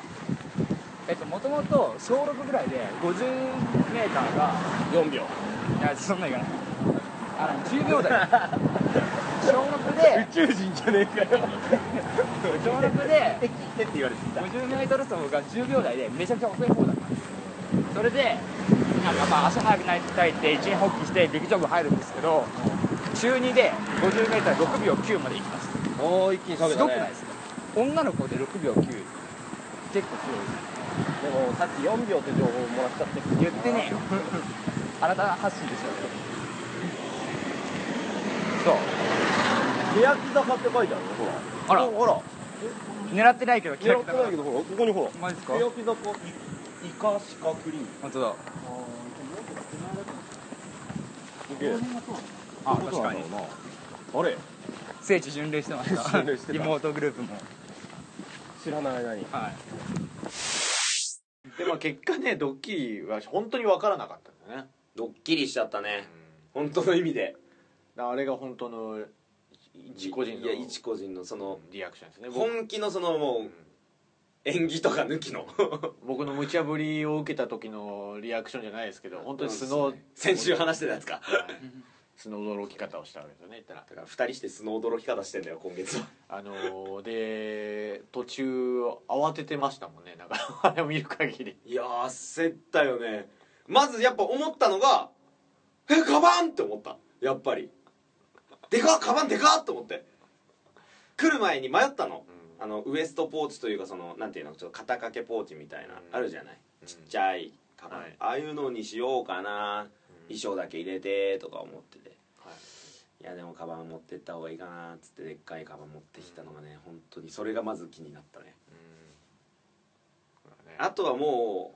Speaker 1: えっともともと小6ぐらいで 50m が
Speaker 7: 4秒
Speaker 1: いやそんなんいかないあの10秒
Speaker 7: (laughs)
Speaker 1: 台小6で
Speaker 7: 宇宙人じゃねえかよ
Speaker 1: 小6で
Speaker 7: 敵ってって言われてた
Speaker 1: 50m 走が10秒台でめちゃくちゃ遅い方だったんですそれでなんかまあ足速くなりたいって一年発起して陸上部入るんですけど中2で 50m6 秒9まで行きました
Speaker 7: おお一気に
Speaker 1: すごくないですか女の子で6秒9結構強い
Speaker 7: でもさっき4秒って情報をもらっちゃって
Speaker 1: 言ってねえよあなた発信でしょそう
Speaker 7: 欅坂って書いて
Speaker 1: あ
Speaker 7: あるよほら
Speaker 1: ら
Speaker 7: おほら
Speaker 1: 狙ってないけど
Speaker 7: 狙ってないけどほらここにほら
Speaker 1: マジですか
Speaker 7: 欅坂イカシカクリーン
Speaker 1: 本当だ
Speaker 7: すげえ
Speaker 1: あ確かに
Speaker 7: あれ
Speaker 1: 聖地巡礼してました
Speaker 7: (laughs) 巡礼してた
Speaker 1: 妹グループも
Speaker 7: 知らない何
Speaker 1: はい
Speaker 4: でまあ結果ねドッキリは本当に分からなかったんだよね
Speaker 2: ドッキリしちゃったね本当の意味で
Speaker 4: だからあれが本当の一個人の
Speaker 2: いや一個人のその
Speaker 4: リアクションですね僕
Speaker 2: 本気のそのもう演技とか抜きの
Speaker 4: 僕の無茶ぶりを受けた時のリアクションじゃないですけど本当に素
Speaker 2: そう
Speaker 4: の、
Speaker 2: ですね (laughs) 先週話してたやつか
Speaker 4: はい素の驚き方をしたわけですよね言ったら
Speaker 2: だから2人して素の驚き方してんだよ今月は
Speaker 4: あのーで途中慌ててましたもんねなんか (laughs) あれを見る限り
Speaker 2: いやー焦ったよねまずやっぱ思ったのがえカバンって思ったやっぱりでかっカバンでかっと思って来る前に迷ったの,、あのウエストポーチというかそのなんていうのちょっと肩掛けポーチみたいな、
Speaker 4: うん
Speaker 2: あるじゃないちっちゃいカバン、
Speaker 4: はい
Speaker 2: ああいうのにしようかな、衣装だけ入れてとか思ってて、
Speaker 4: はい
Speaker 2: い、やでもカバン持ってった方がいいかなっつってでっかいカバン持ってきたのがね本当にそれがまず気になったねあとはも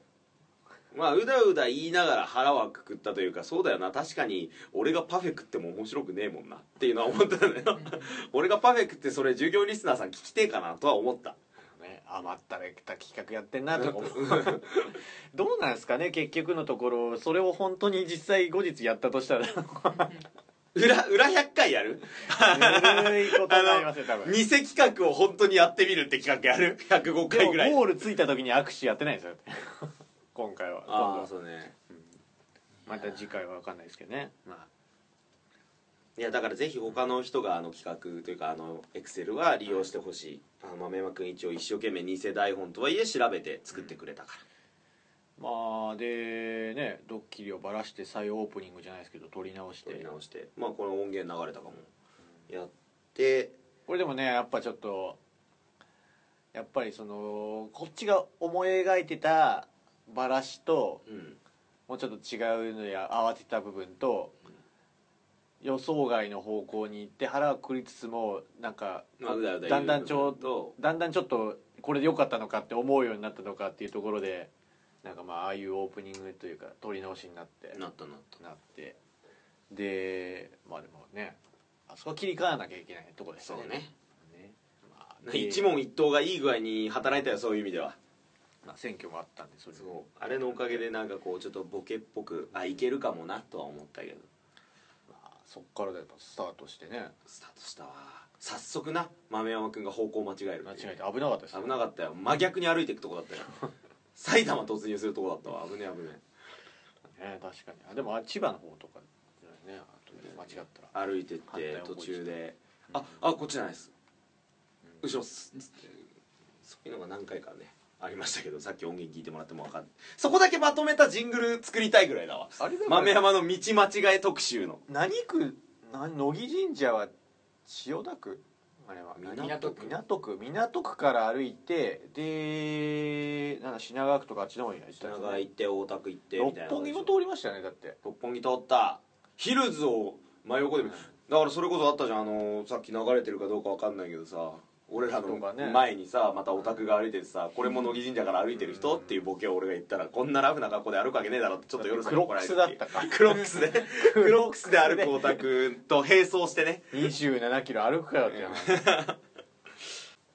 Speaker 2: うまあうだうだ言いながら腹はくくったというかそうだよな確かに俺がパフェ食っても面白くねえもんなっていうのは思ってたのよ俺がパフェ食ってそれ授業リスナーさん聞きてえかなとは思った
Speaker 4: ね余ったれた企画やってんなとか思う (laughs) どうなんですかね結局のところそれを本当に実際後日やったとしたら
Speaker 2: 裏裏100回やる (laughs)
Speaker 4: ぬるいことになりますよ多分
Speaker 2: 偽企画を本当にやってみるって企画やる105
Speaker 4: で
Speaker 2: 回
Speaker 4: も
Speaker 2: ぐらい
Speaker 4: ゴールついた時に握手やってないんですよ (laughs) 今回は今度
Speaker 2: あ
Speaker 4: は
Speaker 2: あそうね
Speaker 4: また次回は分かんないですけどねまあ
Speaker 2: いやだからぜひ他の人があの企画というかあのエクセルは利用してほしい、あの豆山君一応一生懸命偽台本とはいえ調べて作ってくれたから、
Speaker 4: まあでねドッキリをばらして再オープニングじゃないですけど撮り直して
Speaker 2: 撮り直してまあこの音源流れたかもやって
Speaker 4: これでもねやっぱちょっとやっぱりそのこっちが思い描いてたばらしと
Speaker 2: うん
Speaker 4: もうちょっと違うのや慌てた部分と予想外の方向に行って腹をくりつつもなんか
Speaker 2: まあうだうだ
Speaker 4: だんだんちょう
Speaker 2: と
Speaker 4: だんだんちょっとこれで良かったのかって思うようになったのかっていうところでなんかまあああいうオープニングというか撮り直しになって
Speaker 2: なったなった
Speaker 4: なってでまあでもねあそこは切り替わらなきゃいけないとこでした
Speaker 2: そうね
Speaker 4: ねまあ
Speaker 2: 一問一答がいい具合に働いたよそういう意味では
Speaker 4: まあ、選挙もあったんでそれを
Speaker 2: あれのおかげでなんかこうちょっとボケっぽくあいけるかもなとは思ったけど
Speaker 4: そっからやっぱスタートしてね
Speaker 2: スタートしたわ早速な豆山君が方向を間違える
Speaker 4: 間違えて危なかったです
Speaker 2: 危なかったよ真逆に歩いていくとこだ (laughs) ったよ埼玉突入するとこだったわ危ねえ危ねえ
Speaker 4: ね確かにあでもあ千葉の方とかねあとで間違ったら
Speaker 2: 歩いてっ
Speaker 4: 反対
Speaker 2: て
Speaker 4: 方向
Speaker 2: 途中で「ああこっちじゃないです」後ろっすつってそういうのが何回かねありましたけどさっき音源聞いてもらっても分かんないそこだけまとめたジングル作りたいぐらいだわ
Speaker 4: あれでも
Speaker 2: 豆山の道間違え特集の
Speaker 4: 何区何乃木神社は千代田区あれは
Speaker 2: 港区
Speaker 4: 港区港区から歩いてでなんだ品川区とかあっちの方に行った
Speaker 2: 品
Speaker 4: やつね
Speaker 2: 川行って大田区行ってみ
Speaker 4: 六
Speaker 2: たいな
Speaker 4: 本木も通りましたよねだって
Speaker 2: 六本木通ったヒルズを真横で見だからそれこそあったじゃんあのさっき流れてるかどうかわかんないけどさ俺らの
Speaker 4: 人がね
Speaker 2: 前にさまたオタクが歩いててさこれも乃木神社から歩いてる人っていうボケを俺が言ったらこんなラフな格好で歩くわけねえだろってちょっと夜さんに怒られて
Speaker 4: だってクロックスだった
Speaker 2: クロックスで (laughs) クロックスで歩くオタクと並走してね
Speaker 4: 2 7キロ歩く
Speaker 2: (laughs)
Speaker 4: からって話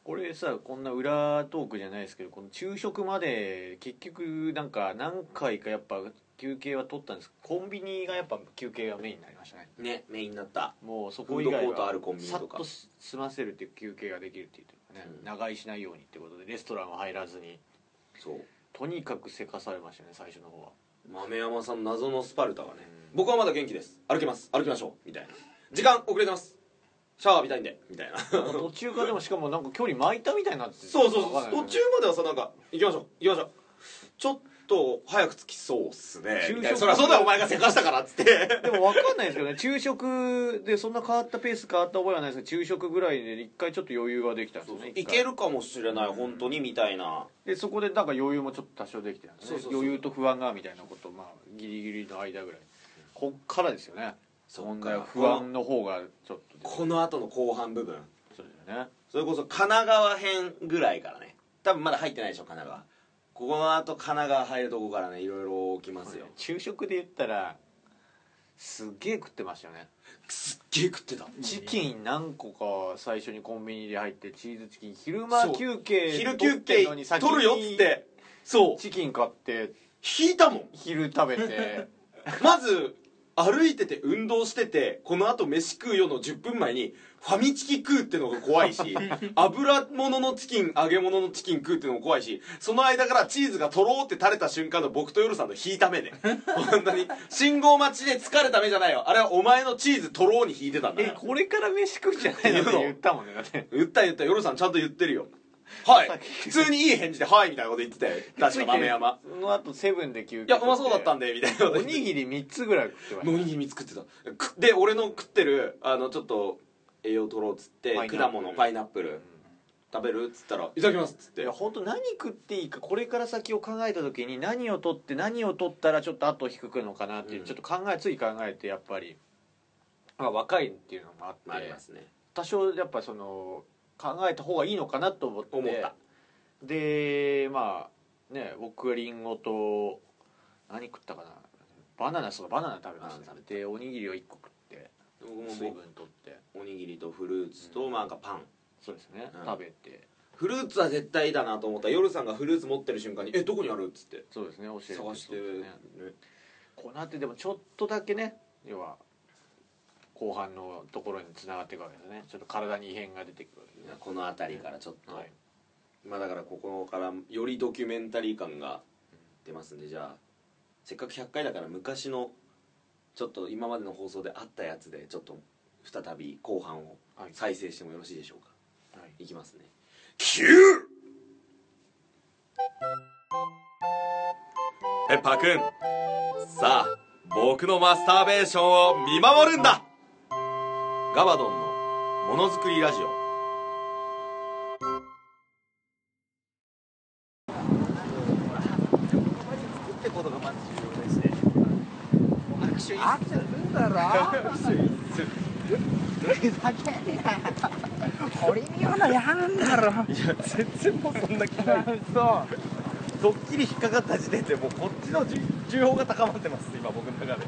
Speaker 4: これさこんな裏トークじゃないですけどこの昼食まで結局なんか何回かやっぱ休憩は取ったんですけどコンビニがやっぱ休憩がメインになりましたね
Speaker 2: ねメインになった
Speaker 4: もうそこ以外
Speaker 2: フードコートある
Speaker 4: は
Speaker 2: コンビニと
Speaker 4: さ
Speaker 2: か
Speaker 4: っとす済ませるっていう休憩ができるっていうね、
Speaker 2: うん
Speaker 4: 長居しないようにってことでレストランは入らずに
Speaker 2: そう
Speaker 4: とにかくせかされましたね最初の方は (laughs)
Speaker 2: 豆山さんの謎のスパルタがね僕はまだ元気です歩けます歩きましょうみたいな時間遅れてますシャワー浴びたいんでみたいな
Speaker 4: 途中からでもしかもなんか距離巻いたみたいになってて
Speaker 2: そうそうそ
Speaker 4: わ
Speaker 2: う
Speaker 4: かんないよ
Speaker 2: 途
Speaker 4: ね
Speaker 2: 中まではさなんか行きましょう行きましょうちょっと早く着きそうっすねみ
Speaker 4: 昼食
Speaker 2: たいなそりゃそうだよお前がせかしたからっ (laughs) つって
Speaker 4: でも分かんないですけどね昼食でそんな変わったペース変わった覚えはないですけど昼食ぐらいで一回ちょっと余裕ができたんですよね
Speaker 2: い
Speaker 4: 一回
Speaker 2: けるかもしれない本当にみたいな
Speaker 4: でそこでなんか余裕もちょっと多少できてたんですね
Speaker 2: そうそうそう
Speaker 4: 余裕と不安がみたいなことまあギリギリの間ぐらいこっからですよね
Speaker 2: そ
Speaker 4: 問
Speaker 2: っか
Speaker 4: 題
Speaker 2: ら
Speaker 4: は不安の方がちょっと
Speaker 2: この後の後半部分
Speaker 4: そうだよね
Speaker 2: それこそ神奈川編ぐらいからね多分まだ入ってないでしょ神奈川ここの後神奈川入るとこからねいろいろ起きますよ
Speaker 4: 昼食で言ったらすっげえ食ってましたよね
Speaker 2: すっげえ食ってた
Speaker 4: チキン何個か最初にコンビニで入ってチーズチキン昼間
Speaker 2: そう
Speaker 4: 休憩
Speaker 2: 昼休憩
Speaker 4: 取ってん
Speaker 2: 取るよっつってそう
Speaker 4: チキン買って
Speaker 2: 引いたもん
Speaker 4: 昼食
Speaker 2: (laughs)
Speaker 4: べて
Speaker 2: まず歩いてて運動しててこのあと飯食うよの10分前にファミチキ食うってのが怖い (laughs) し油物のチキン揚げ物のチキン食うってのも怖いしその間からチーズがとろーって垂れた瞬間の僕と夜さんの引いた目 (laughs) ね本当に信号待ちで疲れた目じゃないよあれはお前のチーズとろーに引いてたんだ
Speaker 4: え
Speaker 2: よ
Speaker 4: これから飯食うんじゃないのって言ったもんねだって
Speaker 2: 言った言った夜さんちゃんと言ってるよはい普通にいい返事で「はい」みたいなこと言ってたよ確か豆山
Speaker 4: その後セブンで
Speaker 2: い
Speaker 4: 休憩
Speaker 2: やうまそうだったん
Speaker 4: で
Speaker 2: でみたいなこと
Speaker 4: お
Speaker 2: 言って
Speaker 4: にぎり3つぐらい食ってました
Speaker 2: のにぎり作ってたくで俺の食ってるあのちょっと栄養取ろうっつって
Speaker 4: パイナップル
Speaker 2: 果物パイナップル、食べるっつったら「いただきます」っつっ
Speaker 4: い
Speaker 2: て
Speaker 4: や本当何食っていいかこれから先を考えた時に何を取って何を取ったらちょっと後を引くのかなっていう、
Speaker 2: うん
Speaker 4: ちょっと考えつい考えてやっぱり、まあ、若いっていうのもあって、
Speaker 2: まあありますね
Speaker 4: 多少やっぱその考えた方がいいのかなと思って
Speaker 2: 思った
Speaker 4: でまあね僕はリンゴと何食ったかなバナナそうだバナナ食べまし
Speaker 2: バナナ
Speaker 4: た、
Speaker 2: 食
Speaker 4: ね
Speaker 2: べ、
Speaker 4: でおにぎりを1個食って
Speaker 2: 僕も
Speaker 4: 水分取って
Speaker 2: おにぎりとフルーツと、まあなんかパン
Speaker 4: そうですね、
Speaker 2: うん
Speaker 4: 食べて
Speaker 2: フルーツは絶対だなと思った夜さんがフルーツ持ってる瞬間に「えどこにある?」っつって
Speaker 4: そうですね教えて
Speaker 2: 探して、
Speaker 4: そうです
Speaker 2: ね
Speaker 4: ね、この後でもちょっとだけね要は後半のところにつながっていくわけですねちょっと体に異変が出てくるわけですね
Speaker 2: この辺りからちょっと、
Speaker 4: はい
Speaker 2: まあだからここからよりドキュメンタリー感が出ますんでじゃあせっかく100回だから昔のちょっと今までの放送であったやつでちょっと再び後半を
Speaker 4: はい
Speaker 2: 再生してもよろしいでしょうか、、
Speaker 4: はい
Speaker 2: きますね
Speaker 8: ペッパーくんさあ僕のマスターベーションを見守るんだガバドンのものづくりラジオ
Speaker 7: ドッキリ引っかかった時点でもうこっちの需需要が高まってます今僕の中で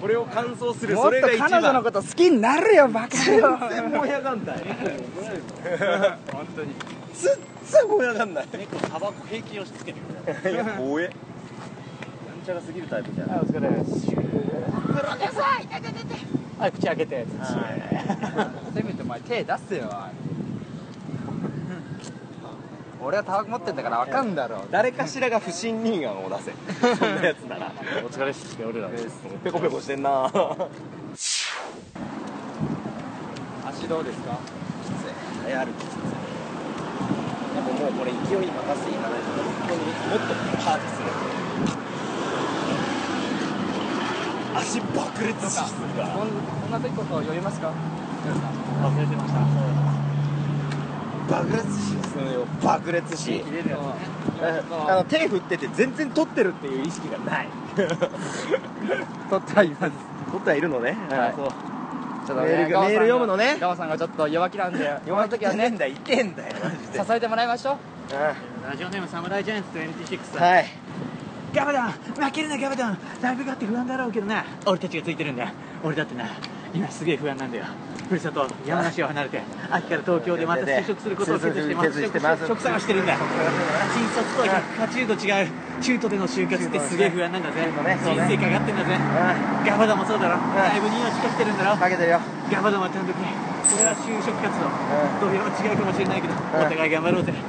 Speaker 7: これを乾燥する
Speaker 9: も
Speaker 7: そ
Speaker 9: っ
Speaker 7: れ
Speaker 9: と
Speaker 7: が一
Speaker 9: 彼女の
Speaker 7: 番
Speaker 9: こと好きになれよバカよ
Speaker 7: 全然燃え上がんない
Speaker 3: 本当に
Speaker 7: 全然燃え上がんない
Speaker 4: 猫タバコ平均押し付けてくれ
Speaker 7: いや怖えやんちゃらすぎるタイプじゃない
Speaker 9: お疲れ
Speaker 4: はい口開けて
Speaker 9: せめてお前手出せよおい俺はタバコ持ってんだからわかんだろ
Speaker 7: 誰かしらが不信任案を出せそんなやつなら
Speaker 4: お疲れっす俺ら
Speaker 7: ペコペコしてんな
Speaker 9: 足どうですか
Speaker 7: 早歩きでももうこれ勢いに任せていかないと本当にもっとパーティする足爆裂しするから
Speaker 9: こんこんな時こそ酔いますか
Speaker 4: 忘れてました
Speaker 7: 爆裂しするよ爆裂し
Speaker 9: 入れるよ
Speaker 7: あの手振ってて全然取ってるっていう意識がない
Speaker 9: 撮ってはいます
Speaker 7: 取ってはいるのね、
Speaker 9: はい
Speaker 7: そう
Speaker 9: ちょっとね
Speaker 7: メール
Speaker 9: ガオさんが
Speaker 7: メール読むのね
Speaker 9: ガオさんがちょっと弱気なんでこの時はね
Speaker 7: んだいてんだよマジ
Speaker 9: 支えてもらいましょう
Speaker 4: ラジオネームサムライジャイアンツ26さん
Speaker 7: はい
Speaker 4: ガバダン負けるなガバダンライブがあって不安だろうけどな俺たちがついてるんだ俺だってな今すげえ不安なんだよふるさと山梨を離れて秋から東京でまた就職することを決意してます
Speaker 7: 決意してます
Speaker 4: 職職探してるんだ新卒とは180度違う中途での就活ってすげえ不安なんだぜ
Speaker 7: ねそう
Speaker 4: 人
Speaker 7: ね
Speaker 4: 生かかってんだぜガバダンもそうだろライブに命かけてるんだろ
Speaker 7: 負けてるよ
Speaker 4: ガバダンは単独でそれは就職活動土俵は違うかもしれないけどお互い頑張ろうぜで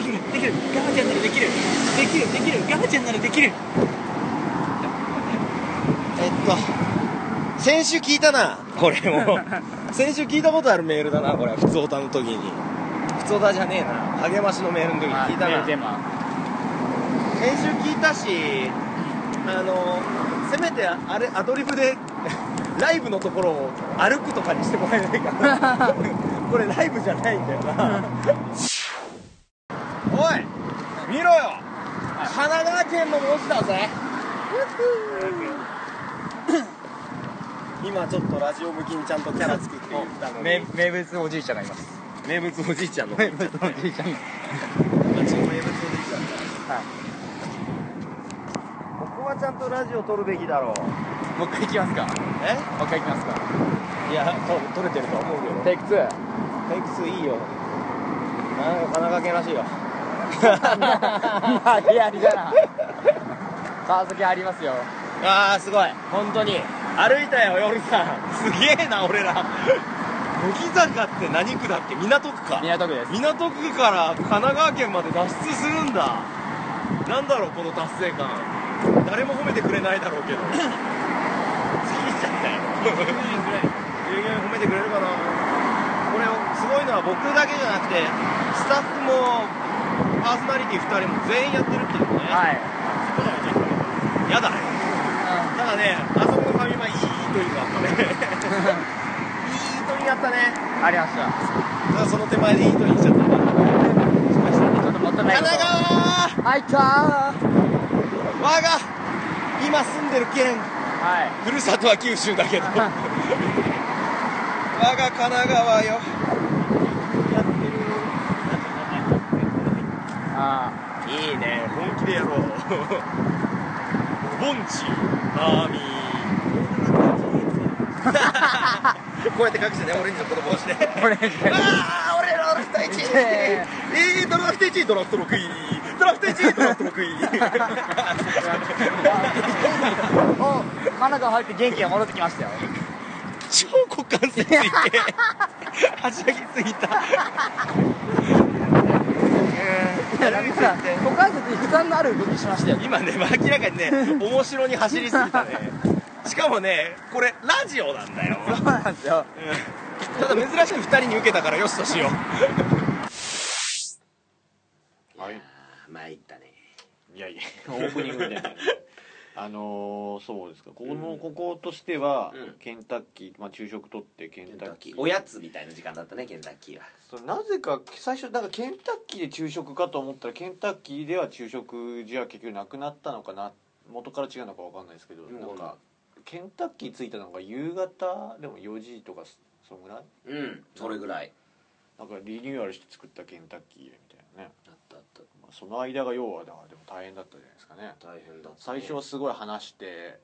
Speaker 4: きるできるガバちゃんならできるできるできるガバちゃんならできる
Speaker 7: えっと先週聞いたなこれも (laughs) 先週聞いたことあるメールだなこれ普通オタの時に普通オタじゃねえな励ましのメールの時に聞いたな、
Speaker 1: テーマ
Speaker 7: 先週聞いたしあのせめてあれアドリブでライブのところを歩くとかにしてもらえないか (laughs) なこれライブじゃないんだよなおい見ろよ神奈川県の文字だぜ今ちょっとラジオ向きにちゃんとキャラ作って言ったのに
Speaker 9: 名物おじいちゃんがいます
Speaker 7: 名物おじいちゃんの名物
Speaker 9: おじいちゃん
Speaker 7: おじいちゃんここはちゃんとラジオ撮るべきだろう
Speaker 9: もう一回行きますか
Speaker 7: え
Speaker 9: もう一回行きますか
Speaker 7: いや、多分取れてると思うけど。
Speaker 9: テイク2
Speaker 7: テイクスいいよ。なんか神奈川県らしいよ。
Speaker 9: ありありだな川崎ありますよ
Speaker 7: ああ、すごい。本当に。歩いたよ、夜さん。すげえな、俺ら。乃木坂って何区だっけ港区か。
Speaker 9: 港区です
Speaker 7: 港区から神奈川県まで脱出するんだ。なんだろう、この達成感。誰も褒めてくれないだろうけど。ちぎっちゃったよ。有言褒めてくれるかな。これ、すごいのは僕だけじゃなくて、スタッフも、パーソナリティ2人も全員やってるっていうね。
Speaker 9: はい
Speaker 7: やだただねあそこの紙間いい糸になったねいい
Speaker 9: (laughs)
Speaker 7: 糸になったね
Speaker 9: ありました
Speaker 7: ただその手前でいい糸にしちゃった
Speaker 9: ち
Speaker 7: 神
Speaker 9: ょっともったいない
Speaker 7: 奈川
Speaker 9: 入ったー
Speaker 7: 我が今住んでる県
Speaker 9: はい
Speaker 7: ふるさとは九州だ (laughs) けど我が神奈川よ
Speaker 9: あ
Speaker 7: いいね本気でやろう (laughs) 盆地アーミー (laughs) こうやって隠してねオレンジのこの帽子で
Speaker 9: ーこれ
Speaker 7: (laughs)
Speaker 9: じゃ
Speaker 7: ああ俺らドラフト1位えー、ドラフト1位ドラフト6位ドラフト1位ドラフト6位
Speaker 9: お神奈川入って元気が戻ってきましたよ
Speaker 7: 超股関節いてはしゃぎすぎた
Speaker 9: だから股関節に負担のある動きしましたよ
Speaker 7: 今ね明らかにね面白に走りすぎたねしかもねこれラジオなんだよ
Speaker 9: そうなんですよ
Speaker 7: ただ珍しく2人に受けたからよしとしよう
Speaker 2: 参ったね
Speaker 4: いやいやオープニングみたいな (laughs) あのーそうですかこの、こことしては、
Speaker 2: うん
Speaker 4: ケンタッキー、まあ、昼食取ってケンタッキー
Speaker 2: おやつみたいな時間だったねケンタッキーは
Speaker 4: それなぜか最初なんかケンタッキーで昼食かと思ったらケンタッキーでは昼食じゃ結局なくなったのかな元から違うのかわかんないですけど、
Speaker 2: ん
Speaker 4: なんかケンタッキー着いたのが夕方でも4時とかそんぐらい
Speaker 2: うんそれぐらい
Speaker 4: なんかリニューアルして作ったケンタッキーみたいなね、
Speaker 2: だったあっ
Speaker 4: まあ、その間が要はだからでも大変だったじゃないですかね
Speaker 2: た大変だったね
Speaker 4: 最初はすごい話して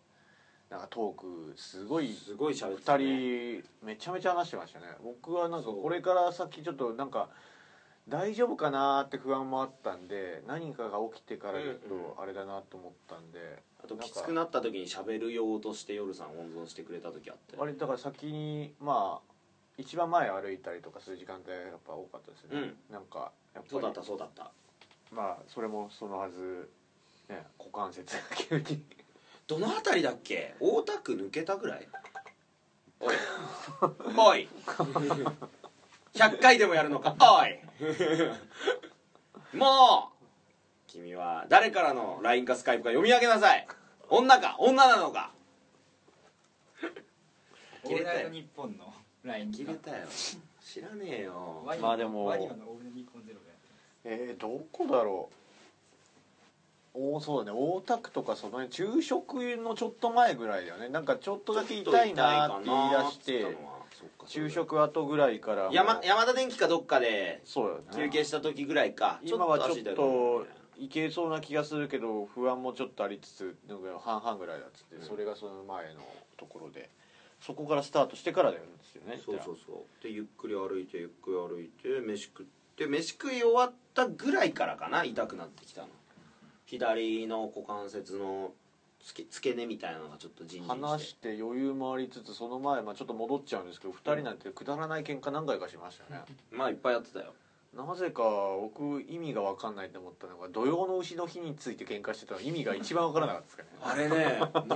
Speaker 4: なんかトークすごい
Speaker 2: すごい喋ってた、ね、
Speaker 4: 2人めちゃめちゃ話してましたね僕はなんかこれから先ちょっとなんか大丈夫かなーって不安もあったんで何かが起きてからちょっとあれだなと思ったんで、
Speaker 2: あときつくなった時に喋る用として夜さん温存してくれた時あって
Speaker 4: 割とだから先にまあ一番前歩いたりとかする時間帯がやっぱ多かったですね、なんかやっ
Speaker 2: そうだ
Speaker 4: ぱ
Speaker 2: った
Speaker 4: り
Speaker 2: そうだった
Speaker 4: まあそれもそのはず、ね、股関節が急に
Speaker 2: どの辺りだっけ大田区抜けたぐらいおいおい100回でもやるのかお (laughs) いもう君は誰からの LINE かスカイプか読み上げなさい女か女なのか
Speaker 1: オールナイト日本のライン
Speaker 2: 切れたよ知らねえよ
Speaker 1: ワニ
Speaker 4: まあでも
Speaker 1: ワニマのオールナイト日本ゼロがやって
Speaker 4: えー、どこだろうおそうだね大田区とかその辺昼食のちょっと前ぐらいだよねなんかちょっとだけ痛いなーって言い出して昼食後ぐらいからもう
Speaker 2: 山山田電機かどっかで
Speaker 4: そうよね
Speaker 2: 休憩した時ぐらいか
Speaker 4: 今はちょ
Speaker 2: 足
Speaker 4: っ
Speaker 2: 痛いかも
Speaker 4: といけそうな気がするけど不安もちょっとありつつなんか半々ぐらいだっつって、それがその前のところでそこからスタートしてからだよねですよね
Speaker 2: そうそうそうでゆっくり歩いてゆっくり歩いて飯食って飯食い終わったぐらいからかな痛くなってきたの左の股関節の付け付け根みたいなのがちょっとじんじんして
Speaker 4: 話して余裕もありつつその前、まあ、ちょっと戻っちゃうんですけど2人なんてくだらない喧嘩何回かしましたよね
Speaker 2: まあいっぱいやってたよ
Speaker 4: なぜか僕意味が分かんないと思ったのが土曜の牛の日について喧嘩してたの意味が一番分からなかったですか (laughs) ね
Speaker 2: あ (laughs) れねなんあれ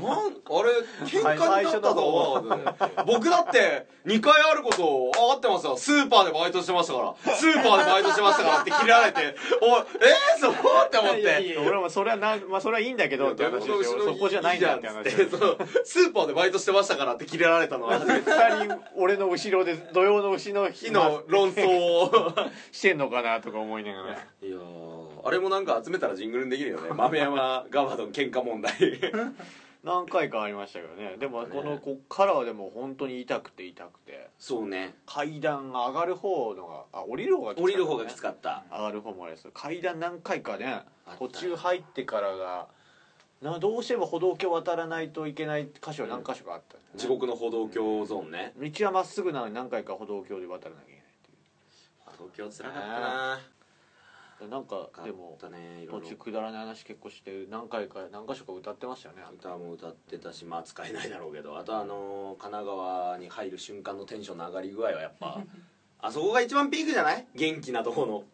Speaker 2: 喧嘩に
Speaker 4: 最
Speaker 2: なっ
Speaker 4: 初
Speaker 2: た
Speaker 4: の
Speaker 2: ぞ
Speaker 4: 方
Speaker 2: 僕だって2回あること分かってますよスーパーでバイトしてましたからスーパーでバイトしてましたからって切られておいえー、そうって思って
Speaker 4: 俺もそれはな、まあ、それはいいんだけどって話ですよそこじゃないんだって話
Speaker 2: でそうスーパーでバイトしてましたからって切れられたの (laughs) は
Speaker 4: 2人俺の後ろで土曜の牛の日
Speaker 2: 火の論争を
Speaker 4: してんのかなとか思いながら
Speaker 2: いやーあれもなんか集めたらジングルにできるよね豆山ガバドン喧嘩問題
Speaker 4: 何回かありましたけどねでもこのこっからはでも本当に痛くて痛くて
Speaker 2: そうね
Speaker 4: 階段が上がる方のがあ降りる方がきつか
Speaker 2: 降
Speaker 4: ったね
Speaker 2: りる方がきつかった
Speaker 4: 上がる方もあれですよ階段何回かね
Speaker 2: あった
Speaker 4: 途中入ってからがなどうしても歩道橋渡らないといけない箇所は何箇所かあったんだよね
Speaker 2: 地獄の歩道橋ゾーンね
Speaker 4: 道はまっすぐなのに何回か歩道橋で渡らなきゃいけない
Speaker 2: 東京つらかったな
Speaker 4: っていうなんか
Speaker 2: 辛
Speaker 4: で
Speaker 2: か
Speaker 4: も
Speaker 2: ったねいろ
Speaker 4: 途
Speaker 2: いろ
Speaker 4: 中くだらない話結構して何回か何箇所か歌ってましたよね
Speaker 2: 歌も歌ってたしまあ使えないだろうけどあとあのー神奈川に入る瞬間のテンションの上がり具合はやっ (laughs) ぱあそこが一番ピークじゃない元気なとこの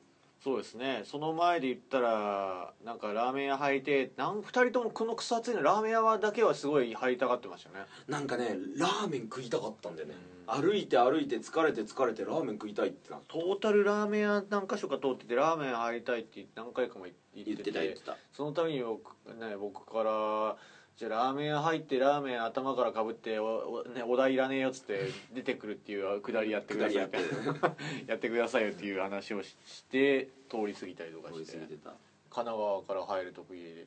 Speaker 4: そうですねその前で言ったらなんかラーメン屋入りてなん2人ともこの草津いのラーメン屋だけはすごい入りたがってましたよね
Speaker 2: なんかねラーメン食いたかったんだよね歩いて歩いて疲れて疲れてラーメン食いたいってなって
Speaker 4: トータルラーメン屋何箇所か通っててラーメン入りたいって何回かも言
Speaker 2: 言って
Speaker 4: っ
Speaker 2: て
Speaker 4: て
Speaker 2: た言ってた
Speaker 4: そのために僕,、ね、僕から「じゃあラーメン屋入ってラーメン頭からかぶっておお,、ね、お題いらねえよ」っつって出てくるっていうくだりやってくださいみたいな (laughs) やってくださいよっていう話をしして通り過ぎたりとか
Speaker 2: 通
Speaker 4: し
Speaker 2: り
Speaker 4: て
Speaker 2: 過ぎてた
Speaker 4: 神奈川から入る時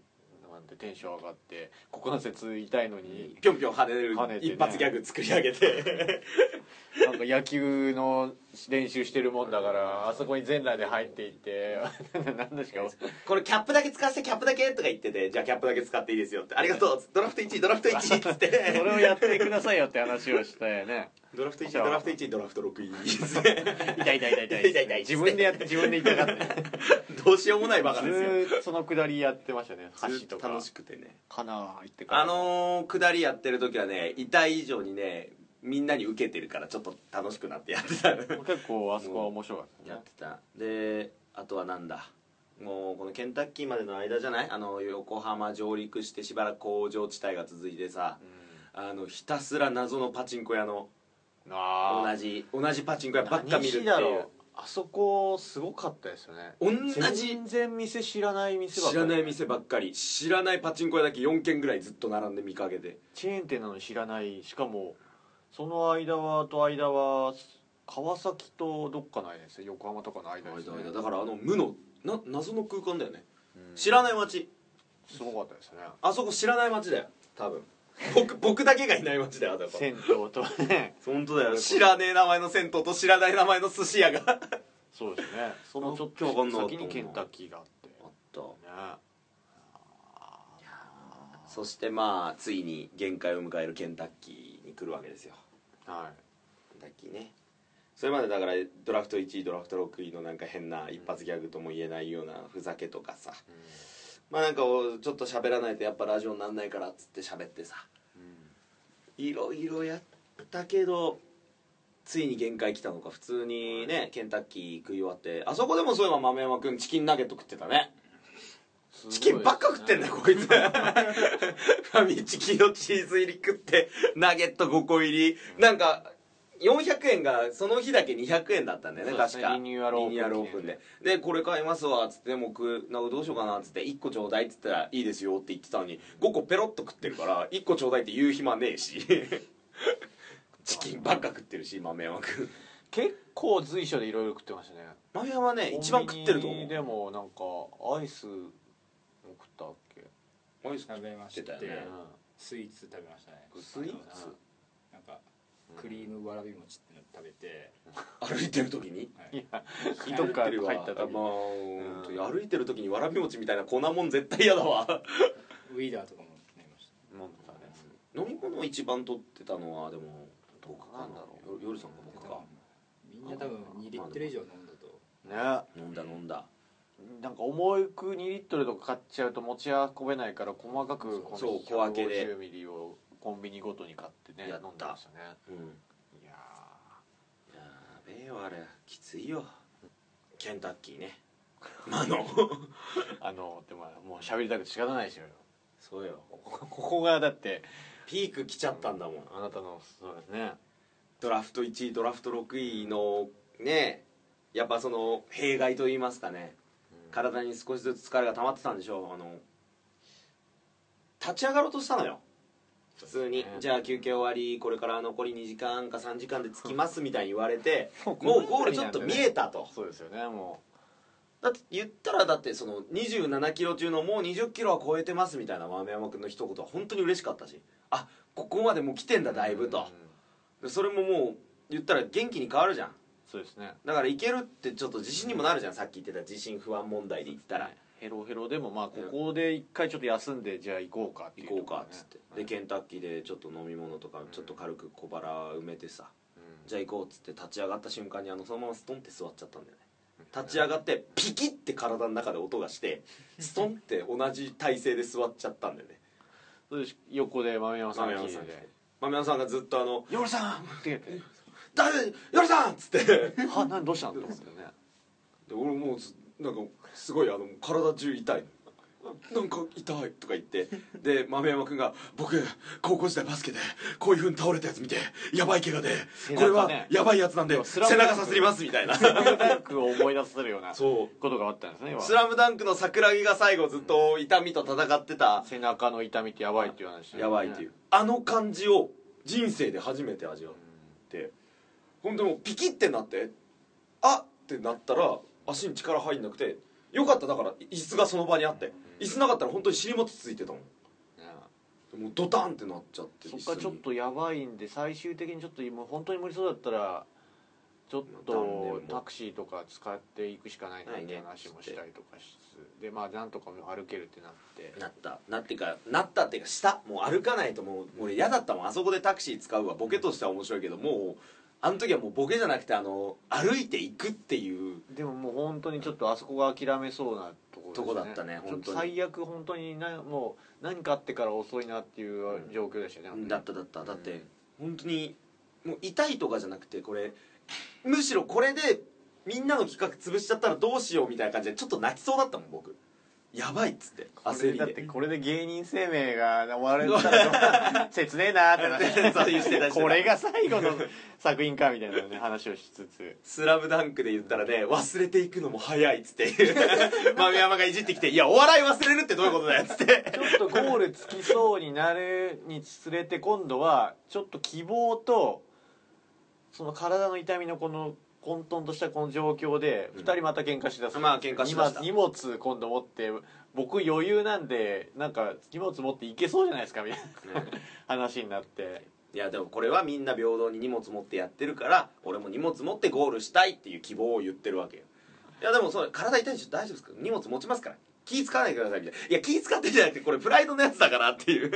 Speaker 4: なんてテンション上がって股関節痛いのに
Speaker 2: ぴょんぴょん跳ねる
Speaker 4: 跳ねてね
Speaker 2: 一発ギャグ作り上げて (laughs)
Speaker 4: なんか野球の練習してるもんだからあそこに全裸で入っていって (laughs) 何ですか
Speaker 2: これキャップだけ使わせてキャップだけとか言っててじゃあキャップだけ使っていいですよってありがとうドラフト1位ドラフト1位っつっ
Speaker 4: そ
Speaker 2: て
Speaker 4: れをやってくださいよって話をしてね
Speaker 2: (laughs) ドラフト1位ドラフト1位ドラフト6位 (laughs) ですね
Speaker 4: 痛い痛い痛い痛い
Speaker 2: 痛い痛い
Speaker 4: 自分でやって自分で痛がって (laughs)
Speaker 2: どうしようもないバカ
Speaker 4: ず
Speaker 2: ですよ
Speaker 4: ーっとそのくだりやってましたね
Speaker 2: ず
Speaker 4: 橋
Speaker 2: っ
Speaker 4: と
Speaker 2: と
Speaker 4: か
Speaker 2: 楽しくてね
Speaker 4: かな入ってから
Speaker 2: あのー、下りやってる時はね痛い以上にねみんなに受けてるからちょっと楽しくなってやってた
Speaker 4: 結構あそこは面白かった
Speaker 2: や
Speaker 4: ね
Speaker 2: ってたであとはなんだもうこのケンタッキーまでの間じゃないあの横浜上陸してしばらく工場地帯が続いてさ、あのひたすら謎のパチンコ屋の
Speaker 4: あ
Speaker 2: 同じ同じパチンコ屋ばっか見るって
Speaker 4: 西
Speaker 2: い
Speaker 4: だろ
Speaker 2: う
Speaker 4: うあそこすごかったですよね
Speaker 2: 同じ
Speaker 4: 全然店知らない店ばっ
Speaker 2: 知
Speaker 4: かり
Speaker 2: らない店ばっかり知らないパチンコ屋だけ4軒ぐらいずっと並んで見かけて
Speaker 4: チェーン店なのに知らないしかもその間はと間は川崎とどっかの間ですよ横浜とかの間です、ね、
Speaker 2: 間々だからあの無のな謎の空間だよね、知らない街
Speaker 4: すごかったですね
Speaker 2: あそこ知らない街だよ多分僕僕だけがいない街だよあそこ
Speaker 4: 銭湯とね
Speaker 2: 本当だよ知らねえ名前の銭湯と知らない名前の寿司屋が
Speaker 4: そうですねそのちょっ
Speaker 2: わかん
Speaker 4: と
Speaker 2: なかった
Speaker 4: 先にケンタッキーがあって
Speaker 2: あった
Speaker 4: ね
Speaker 2: そしてまあついに限界を迎えるケンタッキーに来るわけですよ
Speaker 4: は
Speaker 2: ケンタッキーねそれまでだからドラフト1位ドラフト6位のなんか変な一発ギャグとも言えないようなふざけとかさ、まあなんかおちょっと喋らないとやっぱラジオになんないからっつって喋ってさ、いろいろやったけどついに限界来たのか普通にねケンタッキー食い終わってあそこでもそういえば豆山君チキンナゲット食ってたね
Speaker 4: い
Speaker 2: チキンばっか食ってんだよこいつファミチキのチーズ入り食ってナゲット5個入りなんか400円がその日だけ200円だったんだよね
Speaker 4: そうです
Speaker 2: 確
Speaker 4: ね
Speaker 2: か
Speaker 4: リニューアルオープン
Speaker 2: リニュオープンででこれ買いますわっつってでも僕なんかどうしようかなっつって1個ちょうだいっつったらいいですよって言ってたのに5個ペロッと食ってるから1個ちょうだいって言う暇ねえしチキンばっか食ってるし豆山君
Speaker 4: 結構随所でいろいろ食ってましたね
Speaker 2: 豆山ね一番食ってると
Speaker 4: コンビ
Speaker 2: 思
Speaker 4: ニ
Speaker 2: う
Speaker 4: でもなんかアイスも食ったっけ
Speaker 2: アイス
Speaker 6: 食べまして
Speaker 2: たよね
Speaker 6: スイーツ食べましたね
Speaker 4: スイーツ
Speaker 6: なんかクリームわらび餅っての食べて、
Speaker 2: 歩いてる時に
Speaker 6: はい
Speaker 4: 胃とか
Speaker 2: 入っ
Speaker 4: 入
Speaker 2: てるわ
Speaker 4: った時
Speaker 2: まあ本当に歩いてる時にわらび餅みたいな粉もん絶対嫌だわ
Speaker 6: ウィーダーとかも飲みました
Speaker 4: 飲んでたね
Speaker 2: 飲み物一番取ってたのはでも僕かな
Speaker 4: なんだろ
Speaker 2: よ夜さんか僕か
Speaker 6: みんな多分2リットル以上飲んだと
Speaker 4: ねなんか
Speaker 2: 飲んだ飲んだ
Speaker 4: 重く2リットルとか買っちゃうと持ち運べないから細かくこの
Speaker 2: そう小分けで
Speaker 4: 150ミリをコンビニごとに買ってね
Speaker 2: やった
Speaker 4: 飲んでましたね
Speaker 2: うん
Speaker 4: いや
Speaker 2: やべえよあれきついよケンタッキ (laughs) ーねまああの
Speaker 4: ーあのでももう喋りたくて仕方ないですよ
Speaker 2: そうよ
Speaker 4: ここがだって
Speaker 2: ピーク来ちゃったんだもん
Speaker 4: あなたのそうですね
Speaker 2: ドラフト1位ドラフト6位のねやっぱその弊害といいますかね体に少しずつ疲れが溜まってたんでしょうあの立ち上がろうとしたのよ普通に、
Speaker 4: そうですね
Speaker 2: じゃあ休憩終わりこれから残り2時間か3時間で着きますみたいに言われてもうゴールちょっと見えたと
Speaker 4: そうですよねも
Speaker 2: だって言ったらだってその2 7キロ中のもう2 0キロは超えてますみたいな豆山君の一言は本当に嬉しかったしあここまでもう来てんだだいうぶと
Speaker 4: う、ん
Speaker 2: でそれももう言ったら元気に変わるじゃん
Speaker 4: そうですね
Speaker 2: だからいけるってちょっと自信にもなるじゃんさっき言ってた自信不安問題で言ったら
Speaker 4: ヘロヘロでもまあここで一回ちょっと休んでじゃあ行こうかってい
Speaker 2: 行
Speaker 4: う
Speaker 2: こう
Speaker 4: とろ
Speaker 2: かっつってでケンタッキーでちょっと飲み物とかちょっと軽く小腹埋めてさじゃあ行こうっつって立ち上がった瞬間にあのそのままストンって座っちゃったんだよね立ち上がってピキって体の中で音がしてストンって同じ体勢で座っちゃったんだよね
Speaker 4: それで横で豆山さんが聞いて
Speaker 2: 豆山さんが聞い豆山さんがず
Speaker 4: て
Speaker 2: っとあの
Speaker 4: 「ヨルさん!」って言って
Speaker 2: 「だめよりさん!」っつって
Speaker 4: (laughs) 「は何どうしたの?」と思ってね
Speaker 2: (laughs) で俺もうずなんかすごいあの体中痛いなんか痛いとか言ってで豆山君が「僕高校時代バスケでこういうふうに倒れたやつ見てやばい怪我で、
Speaker 4: 背
Speaker 2: これ
Speaker 4: 中ね
Speaker 2: はやばいやつなんで
Speaker 4: ス
Speaker 2: 背
Speaker 4: ラムダンク
Speaker 2: 中さすります」みたいな
Speaker 4: ダンクを思い出せるような
Speaker 2: そ
Speaker 4: ことがあったんですね
Speaker 2: う「
Speaker 4: 要は
Speaker 2: (laughs) スラムダンクの桜木が最後ずっと痛みと戦ってた
Speaker 4: 背中の痛みってやばいっていう話
Speaker 2: やばいっていうあの感じを人生で初めて味わってほんでもうピキってなってあってなったら足に力入んなくてよかっただから椅子がその場にあって椅子なかったら本当に尻餅ついてたも
Speaker 4: ね
Speaker 2: んもうドタンってなっちゃって
Speaker 4: そっからちょっ
Speaker 2: 椅子に
Speaker 4: とやばいんで最終的にちょっともう本当に無理そうだったらちょっ
Speaker 2: 断
Speaker 4: と
Speaker 2: 念も
Speaker 4: タクシーとか使っていくしかないなって
Speaker 2: ないね
Speaker 4: 話もしたりとかしつつでまあなんとか歩けるってなって
Speaker 2: なったなってかなったっていうかしたもう歩かないともう俺嫌だったもんあそこでタクシー使うわボケとしては面白いけどもうあの時はもうボケじゃなくてあの歩いていくっていう
Speaker 4: でももう本当にちょっとあそこが諦めそうなところです
Speaker 2: とこだったね
Speaker 4: ちょ
Speaker 2: 本
Speaker 4: っ
Speaker 2: 当
Speaker 4: と
Speaker 2: に
Speaker 4: 最悪本当になもう何かあってから遅いなっていう状況でしたね、
Speaker 2: だっただっただって本当にもう痛いとかじゃなくてこれむしろこれでみんなの企画潰しちゃったらどうしようみたいな感じでちょっと泣きそうだったもん僕やばいっつって焦り
Speaker 4: だって
Speaker 2: で
Speaker 4: これで芸人生命が終わるんだと切ねえなーってなって
Speaker 2: (laughs) そういうしてたしてた
Speaker 4: これが最後の作品かみたいなね話をしつ
Speaker 2: (laughs)
Speaker 4: つ
Speaker 2: 「スラムダンクで言ったらね忘れていくのも早いっつって豆山がいじってきて「いやお笑い忘れるってどういうことだよ」っつって
Speaker 4: ちょっとゴールつきそうになるにつれて今度はちょっと希望とその体の痛みのこの混沌としたこの状況で2人また喧嘩しだす、
Speaker 2: まあ喧嘩しだした
Speaker 4: 荷物荷物今度持って僕余裕なんでなんか荷物持っていけそうじゃないですかみたいな話になって
Speaker 2: いやでもこれはみんな平等に荷物持ってやってるから俺も荷物持ってゴールしたいっていう希望を言ってるわけよいやでもそれ体痛いでしょ大丈夫ですか荷物持ちますから気使わないでくださいみたいないや気使ってんじゃなくてこれプライドのやつだからっていう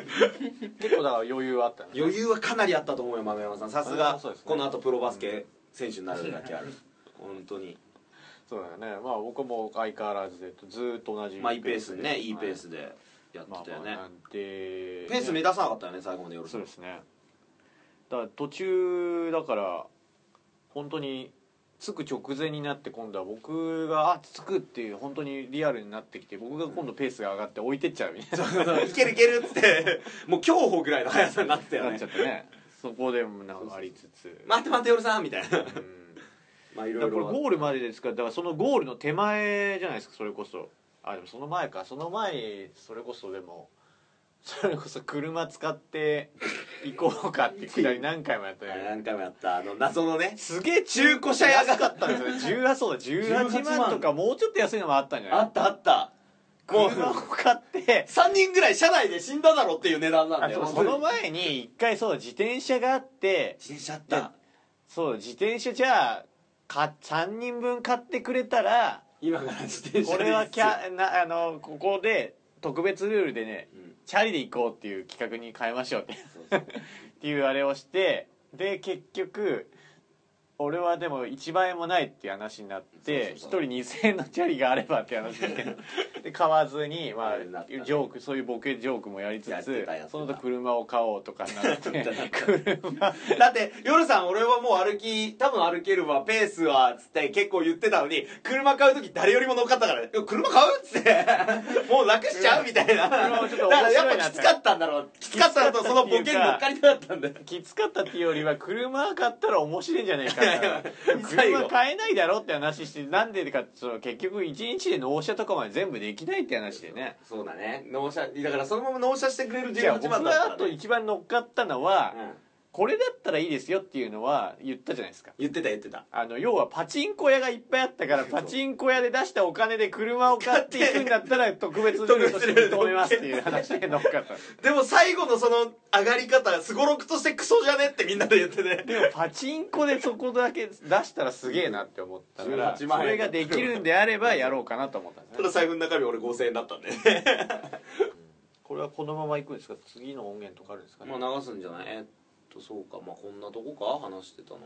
Speaker 4: 結構だから余裕はあったね
Speaker 2: 余裕はかなりあったと思うよ豆山さんさすが
Speaker 4: そうですね
Speaker 2: この後プロバスケ選手になるだけある本当に
Speaker 4: そうだよねまあ僕も相変わらずでずーっと同じ
Speaker 2: まあいいペースでねいいペー
Speaker 4: で
Speaker 2: スでや
Speaker 4: ま
Speaker 2: っ
Speaker 4: あ
Speaker 2: てたよ
Speaker 4: ま
Speaker 2: ね、
Speaker 4: あなんで
Speaker 2: ペース目指さなかったよね最後まで夜
Speaker 4: そうですねだから途中だから本当に着く直前になって今度は僕があ着くっていう本当にリアルになってきて僕が今度ペースが上がって置いてっちゃうみたい
Speaker 2: (laughs)
Speaker 4: な、
Speaker 2: いけるいけるっつってもう競歩ぐらいの速さになってたよ
Speaker 4: なっ
Speaker 2: ね
Speaker 4: ちゃってねそこでもなんかありつつ
Speaker 2: 待って待って夜さんみたいな
Speaker 4: (laughs) うん
Speaker 2: まあい
Speaker 4: だ
Speaker 2: ろ
Speaker 4: から
Speaker 2: い
Speaker 4: これ
Speaker 2: ろ
Speaker 4: ゴールまでですからだからそのゴールの手前じゃないですかそれこそあでもその前かその前にそれこそでもそれこそ車使って行こうかってくだり何回もやったよね
Speaker 2: 何回もやったあの謎のね
Speaker 4: すげえ中古車安かったんですよ18そうだ18
Speaker 2: 18
Speaker 4: 万
Speaker 2: 万
Speaker 4: とかもうちょっと安いのもあったんじゃない
Speaker 2: あったあったもう
Speaker 4: 車を買って
Speaker 2: 3人ぐらい車内で死んだだろっていう値段なんだよ
Speaker 4: その前に一回そうだ自転車があって
Speaker 2: 自転車あった
Speaker 4: そうだ自転車じゃあか3人分買ってくれたら
Speaker 2: 今から自転車
Speaker 4: これはキ (laughs) ャなあのここで特別ルールでね、
Speaker 2: うん
Speaker 4: チャリで行こうっていう企画に変えましょう (laughs) ってっていうあれをしてで結局俺はでも1万円もないっていう話になって
Speaker 2: そう
Speaker 4: 一
Speaker 2: そうそう
Speaker 4: 人2000円のチャリがあればっていう話になっ
Speaker 2: (laughs)
Speaker 4: てで買わずに、ま
Speaker 2: あ
Speaker 4: あ、
Speaker 2: れになった
Speaker 4: ジョークそういうボケジョークもやりつ
Speaker 2: やって
Speaker 4: つ
Speaker 2: たやってた
Speaker 4: その後車を買おうとかになって
Speaker 2: (laughs)
Speaker 4: 車
Speaker 2: だって夜さん俺はもう歩き多分歩けるわペースはつって結構言ってたのに車買う時誰よりも乗っかったからねいや車買うっつ
Speaker 4: (laughs)
Speaker 2: ってもう楽しちゃうみたいなだ
Speaker 4: 車もちょっと面白いな
Speaker 2: からやっぱきつかったんだろうきつかったのとそのボケに乗っかりたかったんだよ
Speaker 4: きつかったっていうよりは車買ったら面白いんじゃないかみたいな
Speaker 2: (laughs) 最後
Speaker 4: 車買えないだろって話してなんでかってその結局一日で納車とかまで全部できないって話でね
Speaker 2: そうだね納車だからそのまま納車してくれる
Speaker 4: じゃあ
Speaker 2: 18
Speaker 4: 僕
Speaker 2: 番だ
Speaker 4: が
Speaker 2: っ
Speaker 4: あ
Speaker 2: た
Speaker 4: と
Speaker 2: ね
Speaker 4: 一番乗っかったのは、
Speaker 2: うん
Speaker 4: これだったらいいですよっていうのは言ったじゃないですか
Speaker 2: 言ってた言ってた
Speaker 4: あの要はパチンコ屋がいっぱいあったからパチンコ屋で出したお金で車を買っていくんだ
Speaker 2: (laughs)
Speaker 4: ったら特別ルールとして認めますっていう話で乗っかった
Speaker 2: でも最後のその上がり方すごろくとしてクソじゃねってみんなで言ってね
Speaker 4: でもパチンコでそこだけ出したらすげえなって思ったからそ
Speaker 2: 18万円
Speaker 4: れができるんであればやろうかなと思ったんです
Speaker 2: (laughs) た
Speaker 4: ね
Speaker 2: だ財布の中身俺5000円だったんでね
Speaker 4: これはこのまま行くんですか次の音源とかあるんですかね、
Speaker 2: まあ流すんじゃないえっとそうかまあこんなとこか話してたのは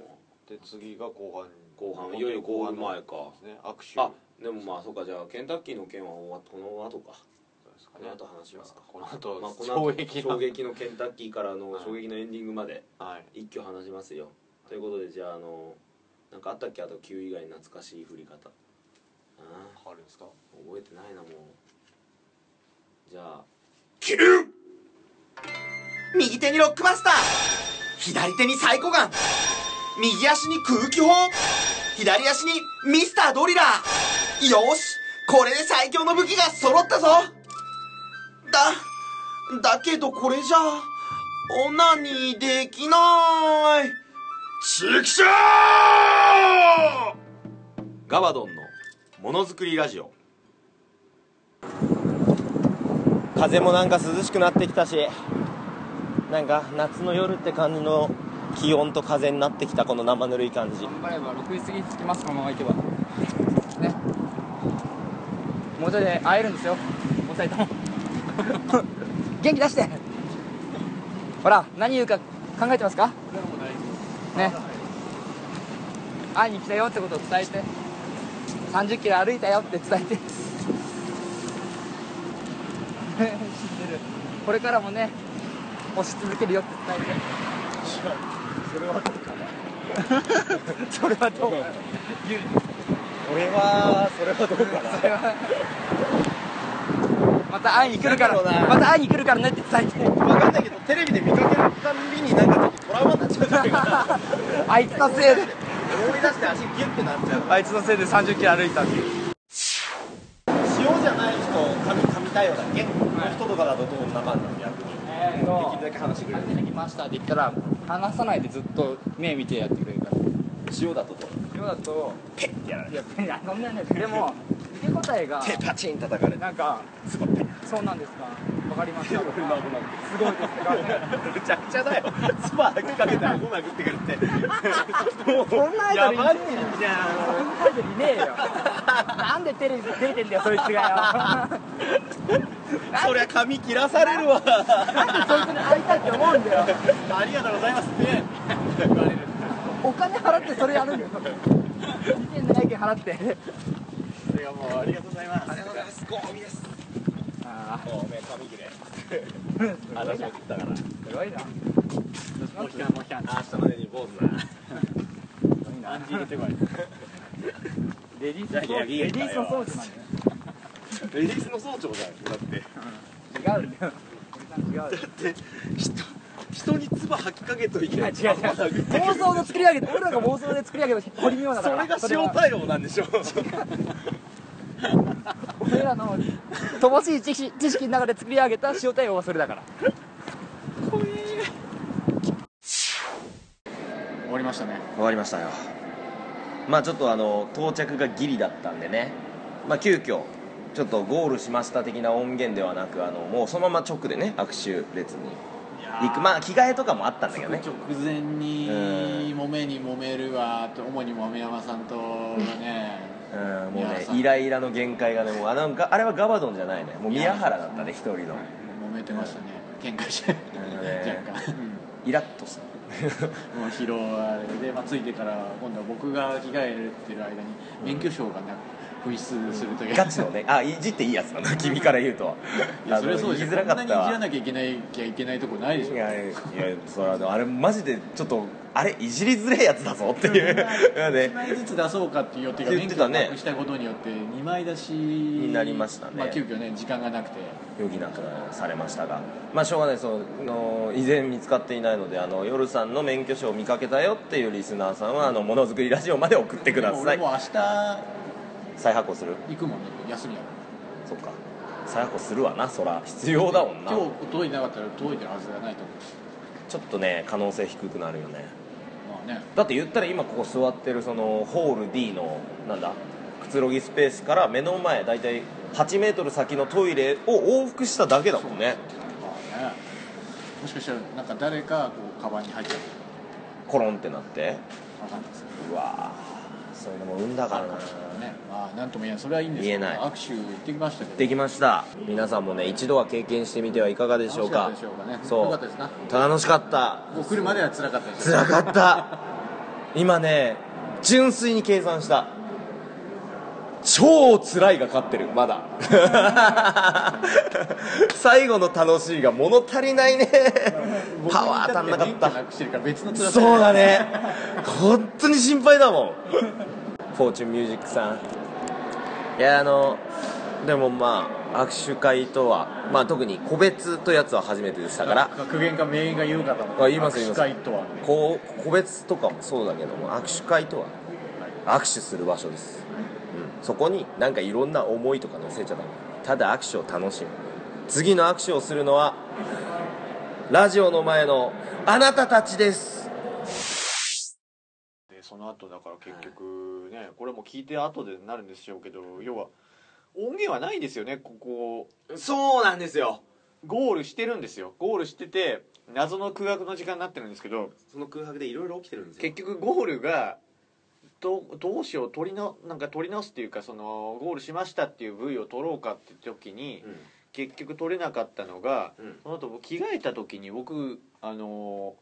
Speaker 4: で次が後半
Speaker 2: 後半いよいよゴール前か
Speaker 4: ですね握手
Speaker 2: あでもまあそうかじゃあケンタッキーの件は終わっこの後か
Speaker 4: ですか
Speaker 2: こ
Speaker 4: ね
Speaker 2: の後話しますか
Speaker 4: この後、
Speaker 2: まあこの後
Speaker 4: 衝撃の
Speaker 2: 衝撃のケンタッキーからの
Speaker 4: はい
Speaker 2: 衝撃のエンディングまで
Speaker 4: はい
Speaker 2: 一挙話しますよということでじゃああのなんかあったっけあと Q 以外に懐かしい振り方ああ
Speaker 4: あるんですか
Speaker 2: 覚えてないなもうじゃあ
Speaker 9: 右手にロックバスター左手にサイコガン右足に空気砲左足にミスタードリラーよしこれで最強の武器が揃ったぞだ、だけどこれじゃ、オナニーできない。
Speaker 2: ガバドンのものづくりラジオ
Speaker 10: 風もなんか涼しくなってきたしなんか夏の夜って感じの気温と風になってきたこの生ぬるい感じ
Speaker 9: 頑張れば6時過ぎに着きます、このまま行けば。ね。
Speaker 1: もうちょいで会えるんですよお二人とも
Speaker 9: (laughs) 元気出してほら、何言うか考えてますかね。会いに来たよってことを伝えて。30キロ歩いたよって伝えて。知ってる。 (laughs) これからもね、押し続けるよって伝えて。それはどうかな
Speaker 10: 俺はそれはどうかな
Speaker 9: それはどうかなまた会いに来るからまた会いに来るからねって伝えて
Speaker 10: 分かんないけどテレビで見かけるたんびになんかちょっとトラウマになっちゃうんだけど
Speaker 9: あいつのせいで
Speaker 10: 思い出して足ギュッてなっちゃう
Speaker 9: あいつのせいで3 0キロ歩いたっていう
Speaker 10: 塩じゃない人髪髪対応だっけ、の人とかだとどんな感じ逆に
Speaker 1: え
Speaker 10: で
Speaker 1: ー
Speaker 10: きるだけ話してくれる
Speaker 1: 初めて来ましたって言ったら話さないでずっと目見てやってくれるから
Speaker 10: 塩だとどう
Speaker 1: 今だと
Speaker 10: ペッてやられ
Speaker 1: い
Speaker 10: て
Speaker 1: やいやそんなんじゃないでも受け答えが
Speaker 10: 手パチン叩かれて
Speaker 1: なんかすごいそうなんですかかりま
Speaker 4: (laughs)
Speaker 1: した。すごいですね。
Speaker 4: むちゃくちゃだよスパーかけて顎殴ってくるって
Speaker 6: そんなア
Speaker 4: や
Speaker 6: イドルい
Speaker 4: ばい
Speaker 6: ね
Speaker 4: じゃん
Speaker 6: えよそんなアイドルいねえよなんでテレビ出てんだよ
Speaker 4: (laughs)
Speaker 6: そいつがよ
Speaker 4: そりゃ髪切らされるわ
Speaker 6: なんでそいつに会いたいって思うんだよ
Speaker 4: ありがとうございますね
Speaker 6: お金払ってそれやるんだよ2700円払って
Speaker 4: それがもうありがとうございます
Speaker 6: あ
Speaker 4: もうおめえ髪切れ
Speaker 6: あ
Speaker 4: 話を切ったから
Speaker 6: すごいな
Speaker 4: もう一回もう一回明日までに坊主だアンジー入れてこ
Speaker 1: レディースの
Speaker 4: い (laughs) やいや
Speaker 1: レディースの装置なんだよ。
Speaker 4: いレディースの総長だよだって
Speaker 6: 違うんだよ違う
Speaker 4: 人に唾吐きかけといて
Speaker 6: あ違う違う妄想の作り上げて俺らが妄想で作り上げた堀美央奈だから
Speaker 4: それが塩対応なんでしょ
Speaker 6: 俺らの乏しい知識知識の中で作り上げた塩対応はそれだから
Speaker 4: 終わりましたね
Speaker 2: 終わりましたよまあちょっとあの到着がギリだったんでねまあ急遽ちょっとゴールしました的な音源ではなくあのもうそのまま直でね握手列に行くまあ着替えとかもあったんだけどね
Speaker 4: 直前に
Speaker 2: うん
Speaker 4: 揉めに揉めるわと主に豆山さんとね
Speaker 2: うんもう
Speaker 4: いや
Speaker 2: ね
Speaker 4: さ
Speaker 2: イライラの限界がねもうあなんかあれはガバドンじゃないねもう宮原だったね一人の
Speaker 4: 揉めてましたね喧嘩して
Speaker 6: (laughs)
Speaker 2: なんかね
Speaker 4: 若干
Speaker 2: イラッとした
Speaker 4: もう疲労はあれで、まあ、ついてから今度は僕が着替えてる間に免許証がな紛失するという
Speaker 2: ガチのねあいじっていいやつなんだ君から言うと
Speaker 4: いやそれはそうでし
Speaker 2: 言
Speaker 4: ょ
Speaker 2: いづらか
Speaker 4: こん
Speaker 2: っ
Speaker 4: なにいじ
Speaker 2: たわ
Speaker 4: らなきゃいけないきゃいけないとこないでしょ
Speaker 2: いやいやそれはでもあれマジでちょっとあれいじりづれえやつだぞっていう、
Speaker 4: 1
Speaker 2: ね、
Speaker 4: 枚ずつ出そうかっていう予定が
Speaker 2: 言っ
Speaker 4: 免
Speaker 2: て
Speaker 4: 許
Speaker 2: た
Speaker 4: を
Speaker 2: ね
Speaker 4: なくしたことによって2枚出しに
Speaker 2: なりましたね
Speaker 4: まあ、急遽ね時間がなくて
Speaker 2: 余儀なくされましたがまあしょうがないその依然見つかっていないのであの夜さんの免許証を見かけたよっていうリスナーさんはあのものづくりラジオまで送ってくだ
Speaker 4: でも
Speaker 2: さ
Speaker 4: 俺
Speaker 2: い
Speaker 4: もう明日
Speaker 2: 再発行する
Speaker 4: 行くもんね休みやから
Speaker 2: そっか再発行するわなそら必要だもんな
Speaker 4: 今日届いてなかったら届いてるはずがないと思うし
Speaker 2: ちょっとね可能性低くなるよね
Speaker 4: まあね
Speaker 2: だって言ったら今ここ座ってるそのホール D のなんだくつろぎスペースから目の前大体8メートル先のトイレを往復しただけだもんね
Speaker 4: まあねもしかしたらなんか誰かこうカバンに入っちゃう
Speaker 2: コロンってなって
Speaker 4: かわかんないです
Speaker 2: う
Speaker 4: け
Speaker 2: わーそういうのも生んだからな
Speaker 4: どねまあなんとも言えないそれはいいんです
Speaker 2: 言
Speaker 4: け
Speaker 2: え
Speaker 4: ど
Speaker 2: ない
Speaker 4: 握手行ってきましたけど
Speaker 2: できました皆さんもね一度は経験してみてはいかがでしょうか
Speaker 4: 楽しかったでしょうかね
Speaker 2: そう
Speaker 4: よかったですな
Speaker 2: 楽しかった
Speaker 4: もう来るまでは辛かったです
Speaker 2: 辛かった今ね純粋に計算した超辛いが勝ってるまだ最後の楽しいが物足りないねパワー当たんなかっ
Speaker 4: な
Speaker 2: た
Speaker 4: くしてるから別の辛さ
Speaker 2: そうだね本当に心配だもんフォーチュンミュージックさんいやあのでもまあ握手会とは、まあ、特に個別とやつは初めてでしたから
Speaker 4: 格言か名言が言うかと思った
Speaker 2: あ言います言います
Speaker 4: 握手会とはね
Speaker 2: こう個別とかもそうだけども握手会とは握手する場所です、うん、そこになんかいろんな思いとか乗せちゃダメただ握手を楽しむ次の握手をするのはラジオの前のあなたたちです
Speaker 4: でその後だから結局ね、これも聞いて後でなるんでしょうけど要は音源はないんですよねここ
Speaker 11: そうなんですよ
Speaker 4: ゴールしてるんですよゴールしてて謎の空白の時間になってるんですけど
Speaker 11: その空白でいろいろ起きてるんですよ
Speaker 4: 結局ゴールがどどうしよう取りななんか取り直すっていうかそのゴールしましたっていう部位を取ろうかって時に、
Speaker 11: うん
Speaker 4: 結局取れなかったのが、
Speaker 11: うん
Speaker 4: その後僕着替えた時に僕あの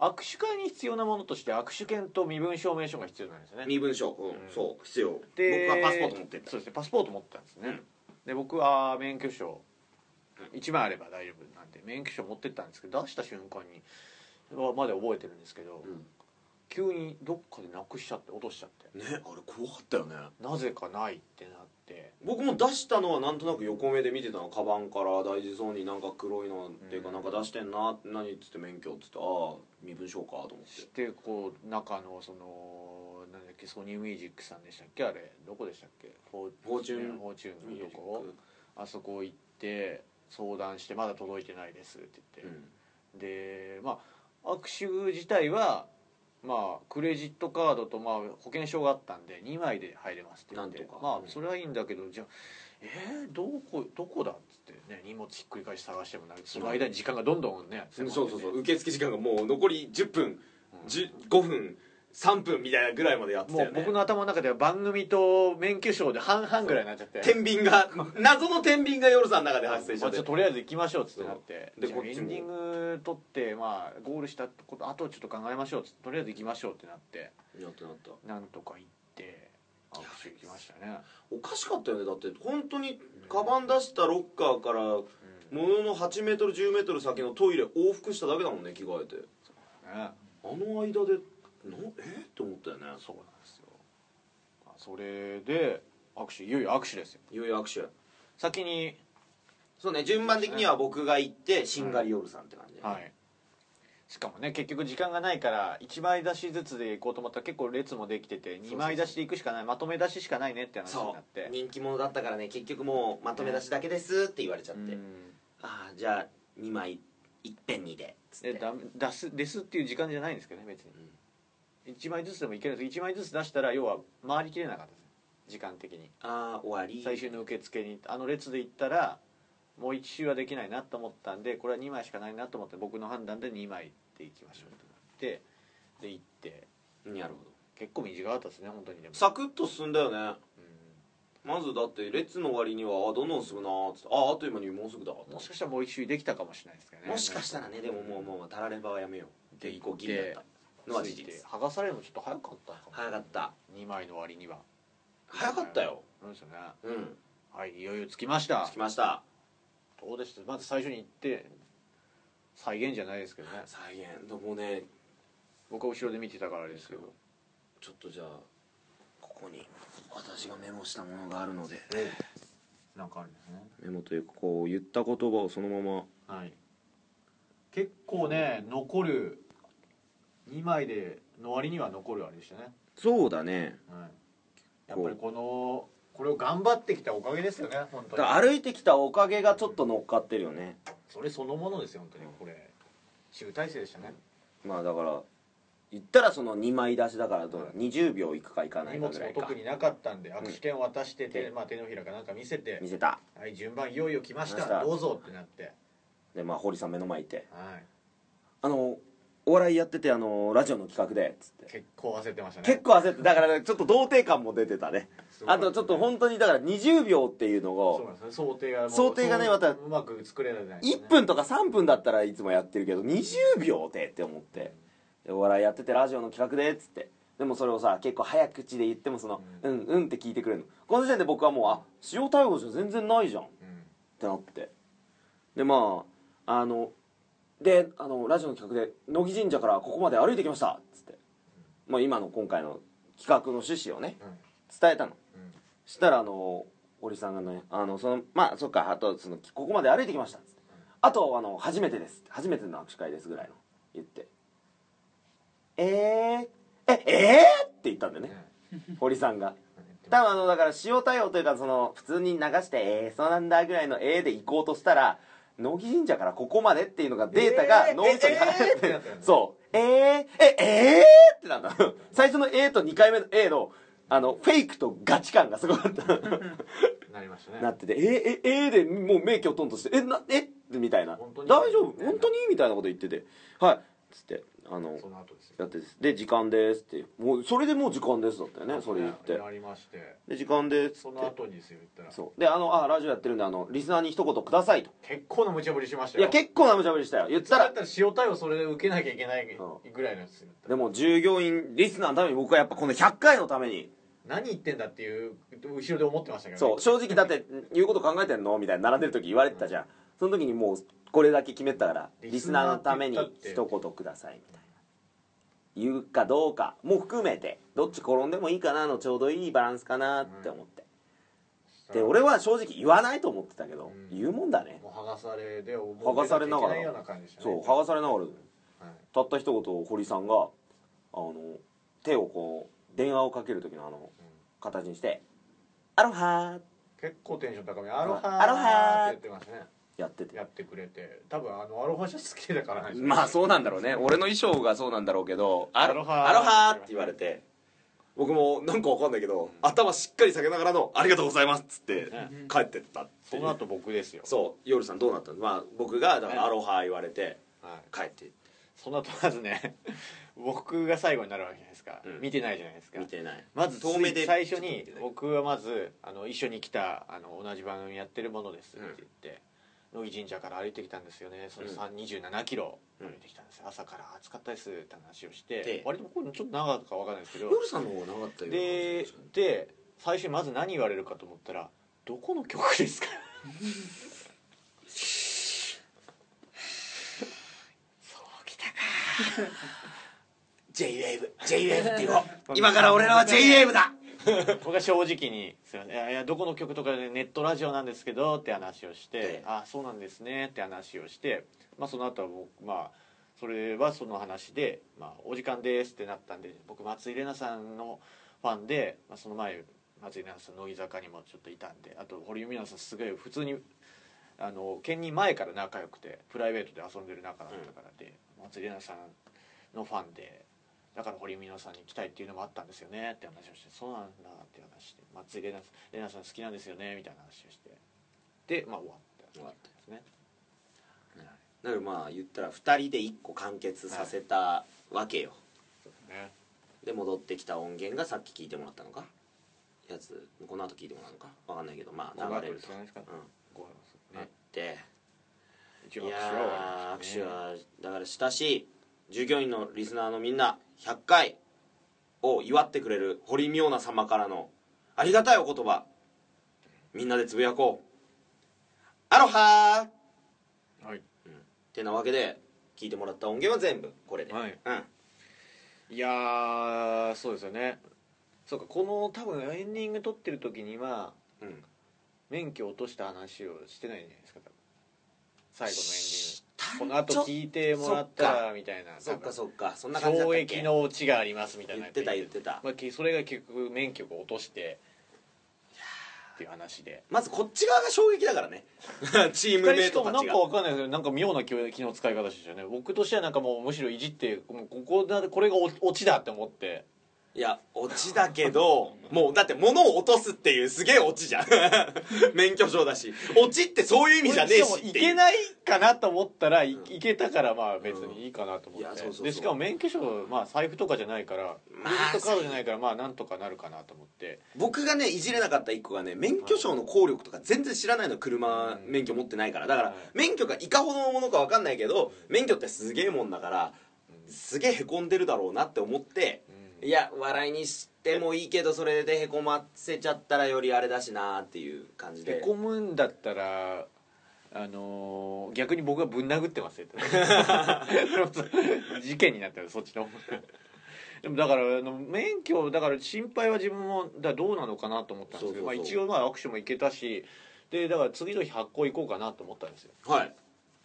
Speaker 4: ー握手会に必要なものとして握手券と身分証明書が必要なんですよね
Speaker 11: 身分証、うん
Speaker 4: ん
Speaker 11: そう必要僕
Speaker 4: で
Speaker 11: はパスポート持ってった
Speaker 4: そうですねパスポート持ってたんですね、
Speaker 11: うん
Speaker 4: で僕は免許証1枚あれば大丈夫なんで免許証持ってったんですけど出した瞬間にはまで覚えてるんですけど、
Speaker 11: うん
Speaker 4: 急にどっかでなくしちゃって落としちゃって
Speaker 11: ねあれ怖かったよね
Speaker 4: なぜかないってなって
Speaker 11: 僕も出したのはなんとなく横目で見てたのカバンから大事そうになんか黒いのっていうかなんか出してんな何っつって免許っつってああ身分証かと思って
Speaker 4: してこう中のそのなんだっけソニーミュージックさんでしたっけあれどこでしたっけフォ
Speaker 11: フォーチュン
Speaker 4: フォーチュンのとこあそこ行って相談して「まだ届いてないです」って言って、
Speaker 11: うん
Speaker 4: でまあ握手自体はまあクレジットカードとまあ保険証があったんで2枚で入れますって言って
Speaker 2: なんとか
Speaker 4: まあそれはいいんだけどじゃあえー、どこどこだっつってね荷物ひっくり返し探してもなその間に時間がどんどんね
Speaker 2: そう
Speaker 4: 迫
Speaker 2: そ
Speaker 4: っ
Speaker 2: う
Speaker 4: てね
Speaker 2: そう受付時間がもう残り10分5分3分みたいなぐらいまでやってた
Speaker 4: も
Speaker 2: よ
Speaker 4: う
Speaker 2: ね
Speaker 4: 僕の頭の中では番組と免許証で半々ぐらいになっちゃって
Speaker 2: (laughs) 天秤が謎の天秤が夜さんの中で発生しち
Speaker 4: ま
Speaker 2: ゃっ
Speaker 4: あ
Speaker 2: て
Speaker 4: じゃあとりあえず行きましょうっつってなって
Speaker 2: そうで
Speaker 4: じゃあ
Speaker 2: こっ
Speaker 4: エ
Speaker 2: ち
Speaker 4: ン
Speaker 2: も
Speaker 4: ディング撮ってまあゴールしたことあとちょっと考えましょうっつってとりあえず行きましょうってなって
Speaker 2: やってなった
Speaker 4: なんとか行って握手行きましたね
Speaker 2: おかしかったよねだって本当にカバン出したロッカーからものの8メートル10メートル先のトイレ往復しただけだもんね着替えて
Speaker 4: ね
Speaker 2: あの間でなえって思ったよね
Speaker 4: そうなんですよまあそれで握手いよいよ握手ですよ
Speaker 2: いよいよ握手
Speaker 4: 先に
Speaker 2: そうね順番的には僕が行ってしんがり夜さんって感じ、
Speaker 4: はいしかもね結局時間がないから1枚出しずつで行こうと思ったら結構列もできてて2枚出しで行くしかないまとめ出ししかないねって話に
Speaker 2: そ
Speaker 4: なっ
Speaker 2: う
Speaker 4: て
Speaker 2: 人気者だったからね結局もうまとめ出しだけですって言われちゃっ
Speaker 4: う
Speaker 2: て、
Speaker 4: ん
Speaker 2: ああじゃあ2枚いっぺんにでつって
Speaker 4: でだ出すですっていう時間じゃないんですけどね別に、一1枚ずつでもいけるんですけど1枚ずつ出したら要は回りきれなかったです時間的に
Speaker 2: ああ終わり
Speaker 4: 最終の受付にあの列で行ったらもう1周はできないなと思ったんでこれは2枚しかないなと思って僕の判断で2枚で行きましょうってなってで行って
Speaker 2: なるほど
Speaker 4: 結構短かったですね本当にでも
Speaker 2: サクッと進んだよねまずだって列の割にはあどんどん進むなーっつってあああっという間にもうすぐだ
Speaker 4: もしかしたらもう1周できたかもしれないですけどね
Speaker 2: もしかしたらねでももうもうたらればはやめよう
Speaker 4: で
Speaker 2: 結構ギリだったのは事
Speaker 4: ついて
Speaker 2: 実
Speaker 4: 剥がされるのちょっと早かったかも
Speaker 2: 早かった
Speaker 4: 2枚の割には
Speaker 2: 早かったよ
Speaker 4: そうですよね
Speaker 2: うん
Speaker 4: はいいよいよ着きました
Speaker 2: 着きました
Speaker 4: どうでしたまず最初に行って再現じゃないですけどね
Speaker 2: 再現でもね
Speaker 4: 僕は後ろで見てたからですけど
Speaker 2: ちょっとじゃあここに私がメモしたものがあるので
Speaker 12: なんかあるんですね
Speaker 2: メモというかこう言った言葉をそのまま
Speaker 4: はい結構ね残る2枚での割には残るあれでしたね、
Speaker 2: そうだね
Speaker 4: はい、やっぱりこのこれを頑張ってきたおかげですよね本当に
Speaker 2: 歩いてきたおかげがちょっと乗っかってるよね
Speaker 4: それそのものですよ本当にこれ集大成でしたね
Speaker 2: まあだから言ったらその2枚出しだからどうだ20秒いくかいかな
Speaker 4: 荷
Speaker 2: いか
Speaker 4: 物
Speaker 2: ぐら
Speaker 4: も
Speaker 2: いか
Speaker 4: 特になかったんで握手券を渡してて、まあ、手のひらかなんか見せて
Speaker 2: 見せた
Speaker 4: 「はい順番いよいよ来ま
Speaker 2: 来
Speaker 4: し
Speaker 2: ま
Speaker 4: た
Speaker 2: した
Speaker 4: どうぞ」ってなって
Speaker 2: でまあ堀さん目の前いて
Speaker 4: はい
Speaker 2: あのお笑いやっててあのラジオの企画でつって
Speaker 4: 結構焦ってましたね
Speaker 2: 結構焦ってだからちょっと童貞感も出てたね
Speaker 4: すごい
Speaker 2: あとちょっと本当にだから20秒っていうの
Speaker 4: そう
Speaker 2: を
Speaker 4: なんですね想定がもう
Speaker 2: 想定がね
Speaker 4: そう
Speaker 2: また
Speaker 4: うまく作れないじゃないですか
Speaker 2: 1分とか3分だったらいつもやってるけど20秒でって思ってでお笑いやっててラジオの企画でっつってでもそれをさ結構早口で言ってもその「うんうん」って聞いてくれるのこの時点で僕はもう「あ塩対応じゃ全然ないじゃん」ってなってでまああのであのラジオの企画で「乃木神社からここまで歩いてきました」っつって、まあ、今の今回の企画の趣旨をね、伝えたの、したらあの堀さんがね「あのそのまあそっかあとそのここまで歩いてきました」っつって「あとあの初めてです初めての握手会です」ぐらいの言って「えー、ええー!」って言ったんだよね、堀さんが。多分あのだから塩対応というかその普通に流して「えー、そうなんだ」ぐらいの「えー」で行こうとしたら乃木神社からここまでっていうのがデータが脳みそに入って、そう「えー、えええー!」ってなんだ最初の「えー」と2回目の「えー」のあのフェイクとガチ感がすごかった
Speaker 4: なりましたね
Speaker 2: なってて「えー、えー、えー」でもう名器をトンとして「えなえみたいな
Speaker 4: 本当
Speaker 2: 「
Speaker 4: に
Speaker 2: 大丈夫本当に?」みたいなこと言ってて「はい」つってあの
Speaker 4: その後ですよ
Speaker 2: やってですで「時間です」ってもうそれでもう時間ですだったよねそれ言って
Speaker 4: なりまして
Speaker 2: で時間ですって
Speaker 4: その後にですよ言ったら
Speaker 2: そうであのあラジオやってるんであのリスナーに一言くださいと
Speaker 4: 結構な無茶ぶりしました
Speaker 2: い
Speaker 4: よ
Speaker 2: や結構な無茶ぶりしたよ言っ
Speaker 4: 普通
Speaker 2: た
Speaker 4: だ
Speaker 2: ら
Speaker 4: ったら塩対応それで受けなきゃいけない
Speaker 2: そ
Speaker 4: ぐらいのやつですよ言ったら
Speaker 2: でも従業員リスナーのために僕はやっぱこの100回のために
Speaker 4: 何言ってんだっていう後ろで思ってましたけどね
Speaker 2: そう正直だって言うこと考えてんのみたいな並んでる時言われてたじゃんその時にもうこれだけ決めてたからリ
Speaker 4: リ
Speaker 2: ス
Speaker 4: ス
Speaker 2: ナ
Speaker 4: ナ
Speaker 2: ー
Speaker 4: ー
Speaker 2: のために一言くださいみたいな言うかどうかも含めてどっち転んでもいいかなのちょうどいいバランスかなって思ってで俺は正直言わないと思ってたけど
Speaker 4: うん
Speaker 2: 言うもんだね
Speaker 4: もう剥がされでもう
Speaker 2: 剥がされながら
Speaker 4: 出きゃいけないような感じでした
Speaker 2: そ
Speaker 4: ね
Speaker 2: う剥がされながら
Speaker 4: はい
Speaker 2: たった一言堀さんがあの手をこう電話をかける時のあの形にして「アロハー!」
Speaker 4: 結構テンション高めアロハ
Speaker 2: アロハー
Speaker 4: ーって言ってましたね
Speaker 2: い
Speaker 10: やってて
Speaker 4: やってくれて多分あのアロハシャツ着てたからなんですよ
Speaker 2: まあそうなんだろうね俺の衣装がそうなんだろうけど「アロハアロハ」って言われて僕もなんかわかんないけど、頭しっかり下げながらの「ありがとうございます」っつって帰ってったって
Speaker 4: そ
Speaker 2: いう
Speaker 4: の後僕ですよ
Speaker 2: そう夜さんどうなったのまあ僕がだから「アロハ」言われて
Speaker 4: はい
Speaker 2: 帰って
Speaker 4: その後まずね僕が最後になるわけじゃないですか、
Speaker 2: うん
Speaker 4: 見てないじゃないですか
Speaker 2: 見てない
Speaker 4: まず
Speaker 2: 遠目で
Speaker 4: 最初
Speaker 2: ちょっと
Speaker 4: に
Speaker 2: 見てない
Speaker 4: 僕はまずあの一緒に来たあの同じ番組やってるものですって言って、乃木神社から歩いてきたんですよねその
Speaker 2: うん
Speaker 4: 3 27キロ
Speaker 2: う
Speaker 4: 歩
Speaker 2: ん
Speaker 4: いてきたんです、朝から暑かったですって話をして、
Speaker 2: で
Speaker 4: 割とこれちょっと長かったか分かんないですけど
Speaker 2: 夜さんの方がなかったよ
Speaker 4: でで最初にまず何言われるかと思ったら「どこの曲ですか? 」そうきたか
Speaker 2: JWAVE JWAVE って言おう (laughs) 今から俺らは JWAVE だ
Speaker 4: 僕は正直に「すいませんいやいやどこの曲とかでネットラジオなんですけど」って話をし
Speaker 2: ええ
Speaker 4: て「あそうなんですね」って話をして、まあ、その後は僕まあそれはその話で「まあ、お時間です」ってなったんで僕松井玲奈さんのファンで、まあ、その前松井玲奈さん乃木坂にもちょっといたんであと堀井美奈さんすごい普通にあの県に前から仲良くてプライベートで遊んでる仲だったからで、松井玲奈さんのファンでだから堀井美奈さんに来たいっていうのもあったんですよねって話をしてそうなんだって話して松井玲奈さん玲奈さん好きなんですよねみたいな話をしてでまあ終わった
Speaker 2: 終わった
Speaker 4: ですね
Speaker 2: だからまあ言ったら2人で1個完結させたわけよ、
Speaker 4: ね
Speaker 2: で戻ってきた音源がさっき聞いてもらったのかやつこの後聞いてもらうのかわかんないけどまあ流れると、
Speaker 4: ごめんなさいごめんな
Speaker 2: うん、あ
Speaker 4: さい
Speaker 2: って
Speaker 4: 一
Speaker 2: い
Speaker 4: 応
Speaker 2: や
Speaker 4: 握手は
Speaker 2: ー握手
Speaker 4: 終わ
Speaker 2: はだから親しい従業員のリスナーのみんな100回を祝ってくれる堀美央奈様からのありがたいお言葉みんなでつぶやこうアロハーっ
Speaker 4: りましたね
Speaker 2: てなわけで聞いてもらった音源は全部これで、
Speaker 4: はい
Speaker 2: うん
Speaker 4: いやーそうですよねそうかこの多分エンディング撮ってる時には
Speaker 2: うん
Speaker 4: 免許落とした話をしてないんじゃないですか多分最後のエンディングこの後聞いてもらったらみたいな
Speaker 2: そっかそっかそんな感じだっ
Speaker 4: 懲
Speaker 2: たっ
Speaker 4: 役
Speaker 2: け
Speaker 4: のオチがありますみたい
Speaker 2: 言
Speaker 4: な
Speaker 2: ってた言ってた
Speaker 4: まあ、それが結局免許を落としてっていう話で
Speaker 2: まずこっち側が衝撃だから
Speaker 4: (laughs)
Speaker 2: ねチームメ
Speaker 4: し
Speaker 2: イト
Speaker 4: かも
Speaker 2: た
Speaker 4: なん
Speaker 2: ちが
Speaker 4: かわかんないですけどなんか妙な気気の使い方でしたよね僕としてはなんかもうむしろいじってもうここだこれが落落ちだって思って
Speaker 2: いやオチだけど (laughs) もうだって物を落とすっていうすげえオチじゃん (laughs) 免許証だしオチってそういう意味じゃねえ
Speaker 4: し
Speaker 2: し
Speaker 4: か
Speaker 2: っ
Speaker 4: もい
Speaker 2: てい
Speaker 4: け
Speaker 2: う
Speaker 4: ないかなと思ったらいいけたからまあ別にいいかなと思
Speaker 2: いや
Speaker 4: っ
Speaker 2: そうそうそ
Speaker 4: て
Speaker 2: う
Speaker 4: でしかも免許証まあ財布とかじゃないからクレ
Speaker 2: まあ
Speaker 4: ジットカードじゃないからまあなんとかなるかなと思って
Speaker 2: 僕がねいじれなかった一個がね免許証の効力とか全然知らないの車
Speaker 4: うん
Speaker 2: 免許持ってないからだから
Speaker 4: はい
Speaker 2: 免許がいかほどのものか分かんないけど免許ってすげえもんだからすげえへこんでるだろうなって思って
Speaker 4: うん
Speaker 2: いや笑いにしてもいいけどそれでへこませちゃったらよりあれだしなーっていう感じ
Speaker 4: へ
Speaker 2: で
Speaker 4: こむんだったらあのー逆に僕がぶん殴ってますよ (laughs) 事件になってるそっちのでもだからあの免許だから心配は自分もだからどうなのかなと思ったんですけ
Speaker 2: そうそうそ
Speaker 4: ど
Speaker 2: う
Speaker 4: まあ、一応まあ握手も行けたしでだから次の日発行行こうかなと思ったんですよ
Speaker 2: はい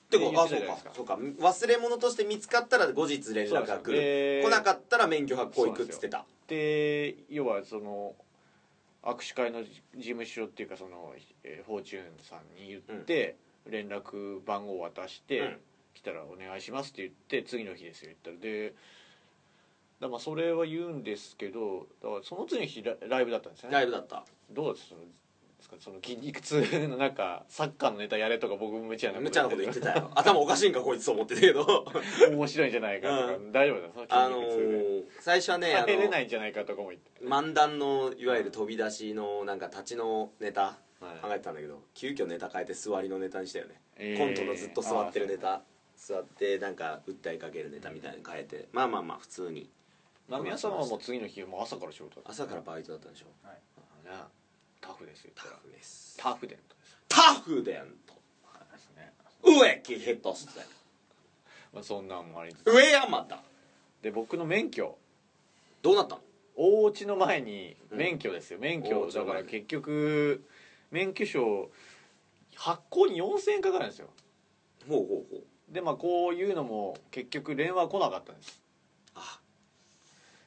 Speaker 2: てか
Speaker 4: 言
Speaker 2: あ
Speaker 4: って
Speaker 2: そう
Speaker 4: たじゃない
Speaker 2: か
Speaker 4: ですか
Speaker 2: そうか忘れ物として見つかったら後日連絡が
Speaker 4: そう
Speaker 2: 来
Speaker 4: です
Speaker 2: る
Speaker 4: で
Speaker 2: 来なかったら免許発行行くっつってた
Speaker 4: で要はその握手会の事務所っていうかその、えーフォーチューンさんに言って、連絡番号を渡して、
Speaker 2: うん
Speaker 4: 来たら「お願いします」って言って次の日ですよ言ったらでだからまあそれは言うんですけどだからその次の日ラライブだったんですよね
Speaker 2: ライブだった
Speaker 4: どうですそのですかその筋肉痛の中サッカーのネタやれとか僕も無茶な
Speaker 2: 無茶なこと言っててたよ (laughs) 頭おかしいんかこいつと思ってたけ
Speaker 4: (laughs)
Speaker 2: ど
Speaker 4: 面白いんじゃないかとか、
Speaker 2: う
Speaker 4: 大丈夫だそ
Speaker 2: あ
Speaker 4: の
Speaker 2: の
Speaker 4: 筋肉痛で、
Speaker 2: ー最初はねあ
Speaker 4: 耐えれな
Speaker 2: の
Speaker 4: いんじゃないかとかも言って、
Speaker 2: 漫談のいわゆる飛び出しのなんか立ちのネタ
Speaker 4: はい
Speaker 2: 考えてたんだけど急遽ネタ変えて座りのネタにしたよね
Speaker 4: えー
Speaker 2: コントのずっと座ってるネタ座ってなんか訴えかけるネタみたいなの変えてまあまあまあ普通に
Speaker 4: まあ、皆様はもう次の日もう朝から仕事だっ
Speaker 2: 朝からバイトだったんでしょ
Speaker 4: たからねタフですよ
Speaker 2: タフです
Speaker 4: タフでです、
Speaker 2: タフでんと
Speaker 4: ね
Speaker 2: 植木ヘッドス
Speaker 4: まあ、そんなんもありつつ
Speaker 2: 上山田
Speaker 4: で僕の免許
Speaker 2: どうなったの
Speaker 4: 大落ちの前に
Speaker 2: うん
Speaker 4: 免許ですよ、免
Speaker 2: 大
Speaker 4: 許
Speaker 2: 落ちの
Speaker 4: だか
Speaker 2: 前
Speaker 4: ら
Speaker 2: に
Speaker 4: 結局免許証発行に4000円かかるんですよ
Speaker 2: ほうほうほう
Speaker 4: でまあこういうのも結局電話来なかったんです
Speaker 2: あ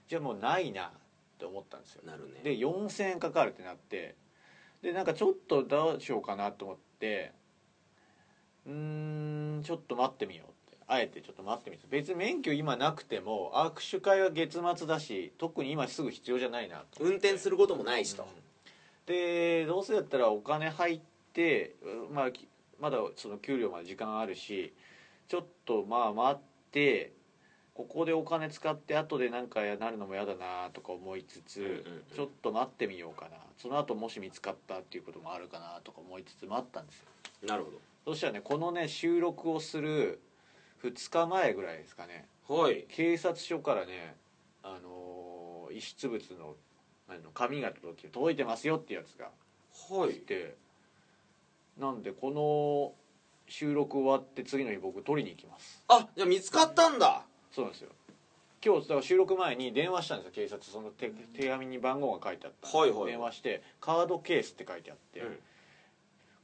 Speaker 4: じゃあもうないなって思ったんですよ
Speaker 2: なるね
Speaker 4: で4000円かかるってなってでなんかちょっとどうしようかなと思ってうーんちょっと待ってみようってあえてちょっと待ってみて別に免許今なくても握手会は月末だし特に今すぐ必要じゃないなと
Speaker 2: 運転することもないしと、
Speaker 4: でどうせだったらお金入って、うんまあ、きまだその給料まで時間あるしちょっとまあ待ってここでお金使って後でなんかなるのも嫌だなとか思いつつ、
Speaker 2: んうんうん
Speaker 4: ちょっと待ってみようかなその後もし見つかったっていうこともあるかなとか思いつつ待ったんですよ
Speaker 2: なるほ
Speaker 4: そしたらねこのね収録をする2日前ぐらいですかね
Speaker 2: どはい
Speaker 4: 警察署からねあのー遺失物のあの紙が届いて届いてますよってやつが
Speaker 2: は
Speaker 4: 来てなんでこの収録終わって次の日僕取りに行きます
Speaker 2: あじゃあ見つかったんだ
Speaker 4: そうなんですよ今日だから収録前に電話したんですよ警察その手手紙に番号が書いてあった、
Speaker 2: はいはい
Speaker 4: 電話して「カードケース」って書いてあって、
Speaker 2: うん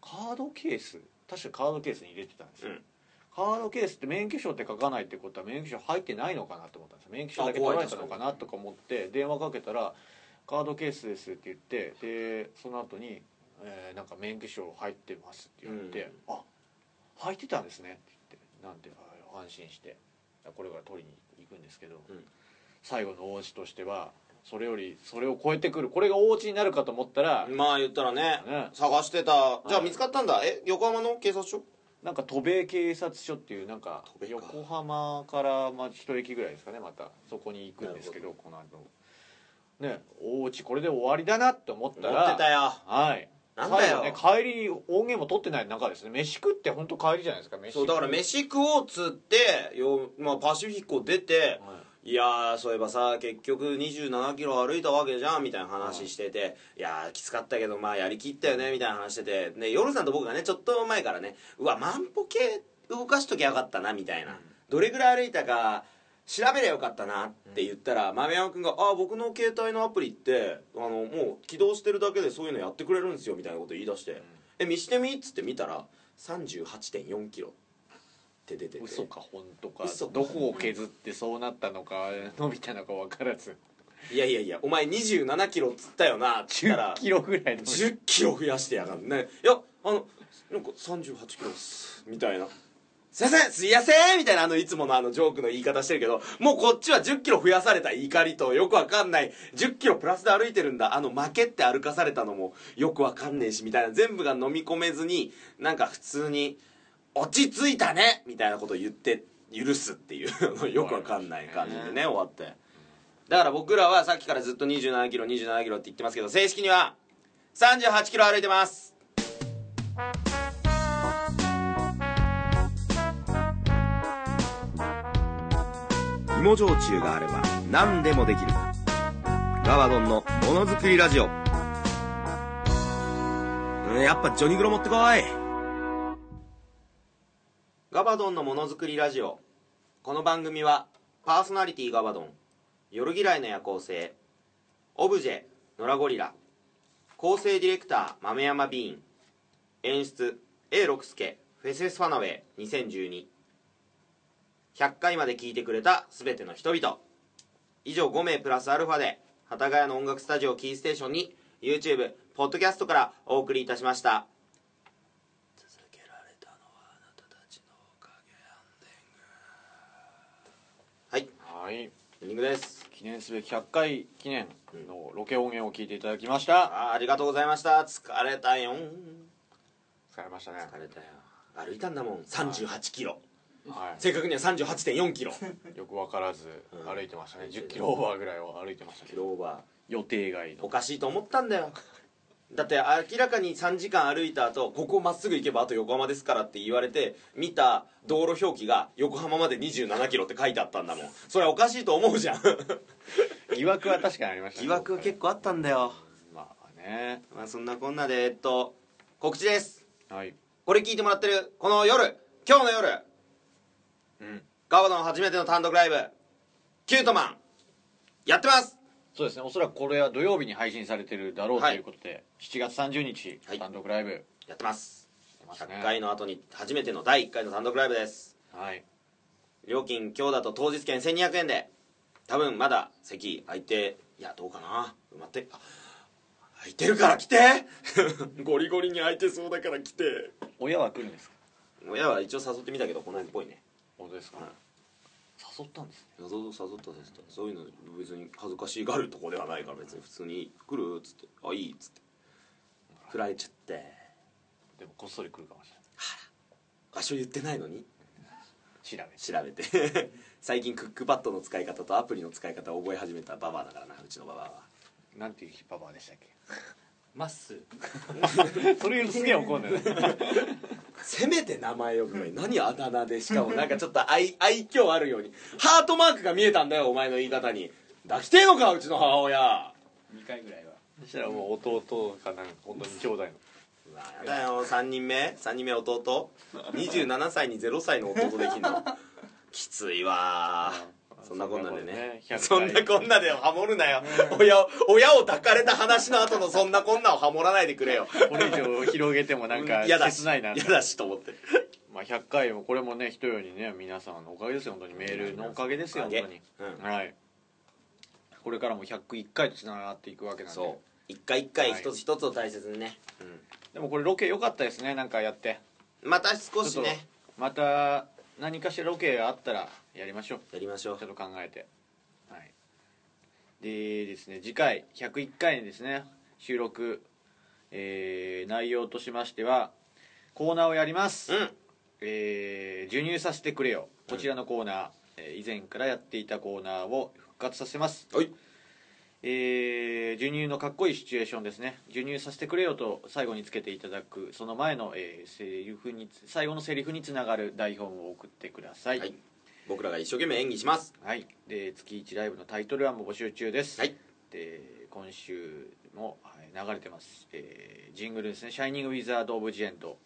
Speaker 4: カードケース確かカードケースに入れてたんですよ、
Speaker 2: うん
Speaker 4: カードケースって免許証って書かないってことは免許証入ってないのかなと思ったんですよ免許証だけ
Speaker 2: あ怖
Speaker 4: 取
Speaker 2: い
Speaker 4: られたのかなとか思って電話かけたら「カードケースです」って言ってでその後に、えーなんか免許証入ってます」って言って「あ入ってたんですね」って言ってなんであ安心してこれから取りに行くんですけど、
Speaker 2: うん
Speaker 4: 最後の大内としてはそれよりそれを超えてくるこれが大内になるかと思ったら、
Speaker 2: まあ言ったらね
Speaker 4: ね
Speaker 2: 探してたじゃあ
Speaker 4: はい
Speaker 2: 見つかったんだえ横浜の警察署
Speaker 4: なんか渡米警察署っていうなんか
Speaker 2: 戸部か
Speaker 4: 横浜からまあ一駅ぐらいですかねまたそこに行くんですけどこの後ね大内これで終わりだなって思った
Speaker 2: 持
Speaker 4: ら
Speaker 2: ってたよ
Speaker 4: はい
Speaker 2: なんだよ
Speaker 4: 最後ね帰り音源も取ってない中ですね飯食って本当帰りじゃないですか飯
Speaker 2: そうだから飯食おうっつってよ、まあ、パシフィコ出て、、
Speaker 4: はい
Speaker 2: やーそういえばさ結局2 7キロ歩いたわけじゃんみたいな話してて、い、やーきつかったけどまあやりきったよねみたいな話しててね夜さんと僕がねちょっと前からねうわ万歩計動かしときゃよかったなみたいな、どれぐらい歩いたか調べりゃよかったなって言ったら、豆山君が「ああ僕の携帯のアプリってあのもう起動してるだけでそういうのやってくれるんですよ」みたいなこと言い出して「え見してみ?」っつって見たら38.4キロって出てて
Speaker 4: 嘘か本当か
Speaker 2: 嘘か
Speaker 4: どこを削ってそうなったのか (laughs) 伸びたのか分からず
Speaker 2: いやいやいやお前27キロっつったよなっつった
Speaker 4: 10
Speaker 2: ら
Speaker 4: キロぐらいの
Speaker 2: 10キロ増やしてやがんねいやあのなんか38キロっすみたいな「すいませんすいやせん!」みたいなあのいつものあのジョークの言い方してるけどもうこっちは10キロ増やされた怒りとよくわかんない10キロプラスで歩いてるんだあの負けって歩かされたのもよくわかんねえしみたいな全部が飲み込めずになんか普通に「落ち着いたね!」みたいなこと言って許すっていうあのよくわかんない感じでね終わって。だから僕らはさっきからずっと2 7キロ2 7キロって言ってますけど正式には3 8キロ歩いてます
Speaker 5: 芋焼酎があれば何でもできるガワドンのものづくりラジオうんやっぱジョニグロ持ってこい
Speaker 2: ガバドンのものづくりラジオこの番組はパーソナリティガバドン夜嫌いの夜行性オブジェノラゴリラ構成ディレクター豆山ビーン演出 A 六輔フェセスファナウェイ2012100回まで聞いてくれたすべての人々以上5名プラスアルファで幡ヶ谷の音楽スタジオキーステーションに YouTube ポッドキャストからお送りいたしましたはい
Speaker 4: はい
Speaker 2: エンディングです
Speaker 4: 記念すべき100回記念のロケ音源を聞いていただきました
Speaker 2: あーありがとうございました疲れたよん
Speaker 4: 疲れましたね
Speaker 2: 疲れたよ歩いたんだもん3 8キロ
Speaker 4: はい
Speaker 2: 正確には3 8 4キロ
Speaker 4: よく分からず
Speaker 2: うん
Speaker 4: 歩いてましたね10キロオーバーぐらいを歩いてましたね
Speaker 2: キロオーバ
Speaker 4: 予定外
Speaker 2: ー
Speaker 4: の
Speaker 2: おかしいと思ったんだよだって明らかに3時間歩いた後ここまっすぐ行けばあと横浜ですからって言われて見た道路表記が横浜まで2 7キロって書いてあったんだもんそれはおかしいと思うじゃん
Speaker 4: 疑惑は確かにありましたね
Speaker 2: 疑惑は結構あったんだよ
Speaker 4: まあね
Speaker 2: まあそんなこんなでえっと告知です
Speaker 4: はい
Speaker 2: これ聞いてもらってるこの夜今日の夜、
Speaker 4: うん
Speaker 2: ガバドン初めての単独ライブキュートマンやってます
Speaker 4: そうですねおそらくこれは土曜日に配信されてるだろうと
Speaker 2: はい
Speaker 4: いうことで、7月30日
Speaker 2: はい
Speaker 4: 単独ライブ
Speaker 2: やってます
Speaker 4: 出ますね
Speaker 2: 100回の後に初めての第1回の単独ライブです
Speaker 4: はい
Speaker 2: 料金今日だと当日券1200円で多分まだ席空いていやどうかな埋まってあ空い (laughs) てるから来てゴリゴリに空いてそうだから来て
Speaker 4: 親は来るんですか
Speaker 2: 親は一応誘ってみたけどこの辺っぽいね
Speaker 4: 本当ですか、
Speaker 2: はい
Speaker 4: 誘ったんですね
Speaker 2: 誘誘った誘ったそういうの別に恥ずかしがるとこではないから別に普通に「来る?」っつって「あいい」っつって振られちゃって
Speaker 4: でもこっそり来るかもしれ
Speaker 2: 場所言ってないのに
Speaker 4: ない調べ
Speaker 2: 調べて (laughs) 最近クックパッドの使い方とアプリの使い方を覚え始めたババアだからなうちのババアは
Speaker 4: てなんていうパパでしたっけ
Speaker 13: まっすー
Speaker 4: (laughs) それ言うとすげえ怒るんだよね
Speaker 2: せめて名前呼ぶのに何あだ名でしかもなんかちょっと愛愛嬌あるようにハートマークが見えたんだよお前の言い方に抱きてえのかうちの母親
Speaker 13: 2回ぐらいは
Speaker 4: そしたらもう弟かなんか本当に兄弟の
Speaker 2: だよ3人目3人目弟27歳に0歳の弟できん (laughs) のきついわそんなこんなでねそんなこんなでハモるなよ親を親を抱かれた話の後のそんなこんなをハモらないでくれよ
Speaker 4: これ以上広げてもなんか
Speaker 2: 嫌だし
Speaker 4: 切ないな
Speaker 2: 嫌だしと思って
Speaker 4: まあ100回もこれもね人よりね皆さんのおかげですよ本当にメールのおかげですよ
Speaker 2: お
Speaker 4: 本
Speaker 2: かげ
Speaker 4: 当に、
Speaker 2: うん
Speaker 4: はいこれからも101回とつながっていくわけなんで
Speaker 2: そう一回一回一つ一つを大切にね、
Speaker 4: でもこれロケ良かったですねなんかやって
Speaker 2: また少
Speaker 4: ち
Speaker 2: し
Speaker 4: ょっと
Speaker 2: ね
Speaker 4: また何かしらロケがあったらやりましょう
Speaker 2: やりましょう
Speaker 4: ちょっと考えてはいでですね次回101回にですね収録、えー内容としましてはコーナーをやります、
Speaker 2: うん
Speaker 4: えー授乳させてくれよこちらのコーナー、えー以前からやっていたコーナーを復活させます
Speaker 2: はい
Speaker 4: えー授乳のかっこいいシチュエーションですね授乳させてくれよと最後につけていただくその前の、えーセリフに最後のセリフにつながる台本を送ってください
Speaker 2: はい僕らが一生懸命演技します
Speaker 4: はい、で月1ライブのタイトル案も募集中です、
Speaker 2: はい
Speaker 4: で今週もはい流れてます、えージングルですね「シャイニング・ウィザード・オブ・ジ・エンド」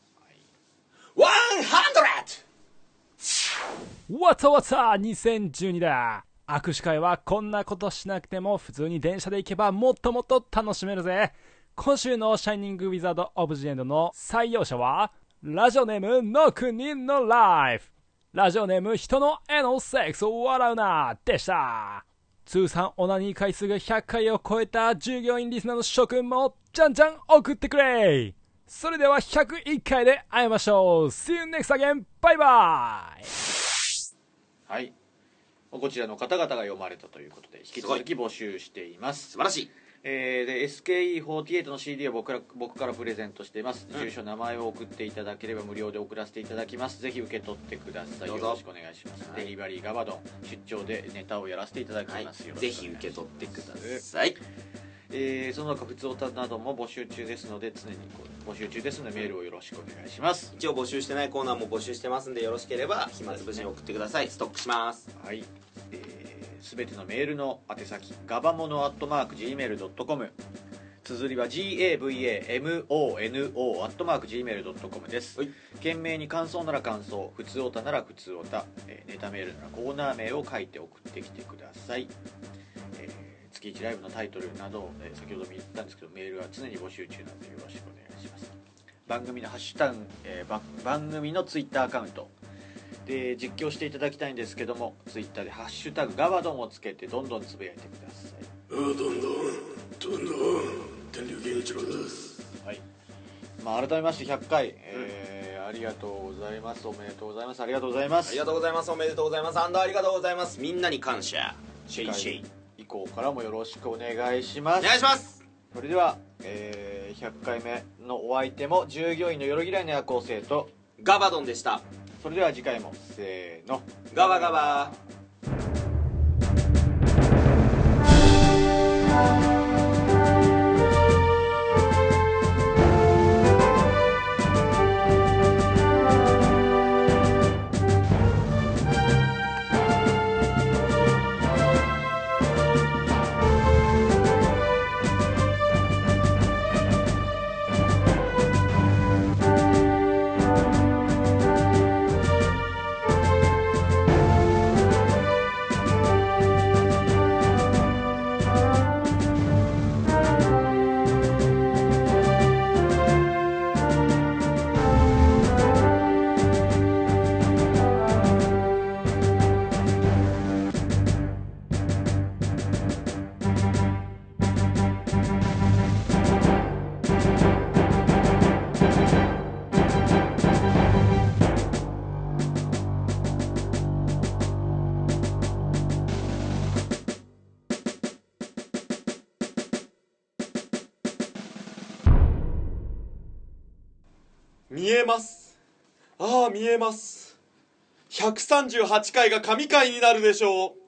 Speaker 2: ワンハンドレッ
Speaker 6: わたわた2012だ握手会はこんなことしなくても普通に電車で行けばもっともっと楽しめるぜ今週の「シャイニング・ウィザード・オブ・ジ・エンド」の採用者はラジオネームの国のライフラジオネーム人の絵のセックスを笑うなでした通算オナニー回数が100回を超えた従業員リスナーの諸君もじゃんじゃん送ってくれそれでは101回で会いましょう See you next again! バイバイ
Speaker 4: はいこちらの方々が読まれたということで引き続き募集しています
Speaker 2: 素晴らしい
Speaker 4: えーで SKE48 の CD を僕ら僕からプレゼントしています、住所名前を送っていただければ無料で送らせていただきますぜひ受け取ってくださ
Speaker 2: ど
Speaker 4: いよ
Speaker 2: うぞ
Speaker 4: ろしくお願いします、デリバリーガバドン出張でネタをやらせていただき
Speaker 2: はい
Speaker 4: ます、よろしくお願いします
Speaker 2: ぜひ受け取ってください
Speaker 4: えーその他普通歌なども募集中ですので常にこう募集中ですのでメールをよろしくお願いします
Speaker 2: 一応募集してないコーナーも募集してますんでよろしければ暇つぶしに送ってくださいストックします
Speaker 4: はい、えー、全てのメールの宛先ガバモノアットマーク Gmail.com 綴りは GAVAMONO アットマーク Gmail.com です、
Speaker 2: はい
Speaker 4: 件名に感想なら感想普通おたなら普通おた、えーネタメールならコーナー名を書いて送ってきてください、えー月1ライブのタイトルなど、えー先ほども言ったんですけどメールは常に募集中なのでよろしくお願いします番組のハッシュタグ、えーば番組のツイッターアカウントで実況していただきたいんですけどもツイッターで「ハッシュタグガバドン」をつけてどんどんつぶやいてくださいまあ、改めまして100回、えーありがとうございますおめでとうございますありがとうございます
Speaker 2: ありがとうございますおめでとうございますアンダーありがとうございますみんなに感謝シェイシェイ
Speaker 4: 以降からもよろしくお願いし
Speaker 2: お
Speaker 4: ます
Speaker 2: 願いします
Speaker 4: それでは、えー100回目のお相手も従業員のよろぎらいの夜行性と
Speaker 2: ガバドンでした
Speaker 4: それでは次回もせーの
Speaker 2: ガバガバ
Speaker 14: 「
Speaker 4: 見えますああ見えます138回が神回になるでしょう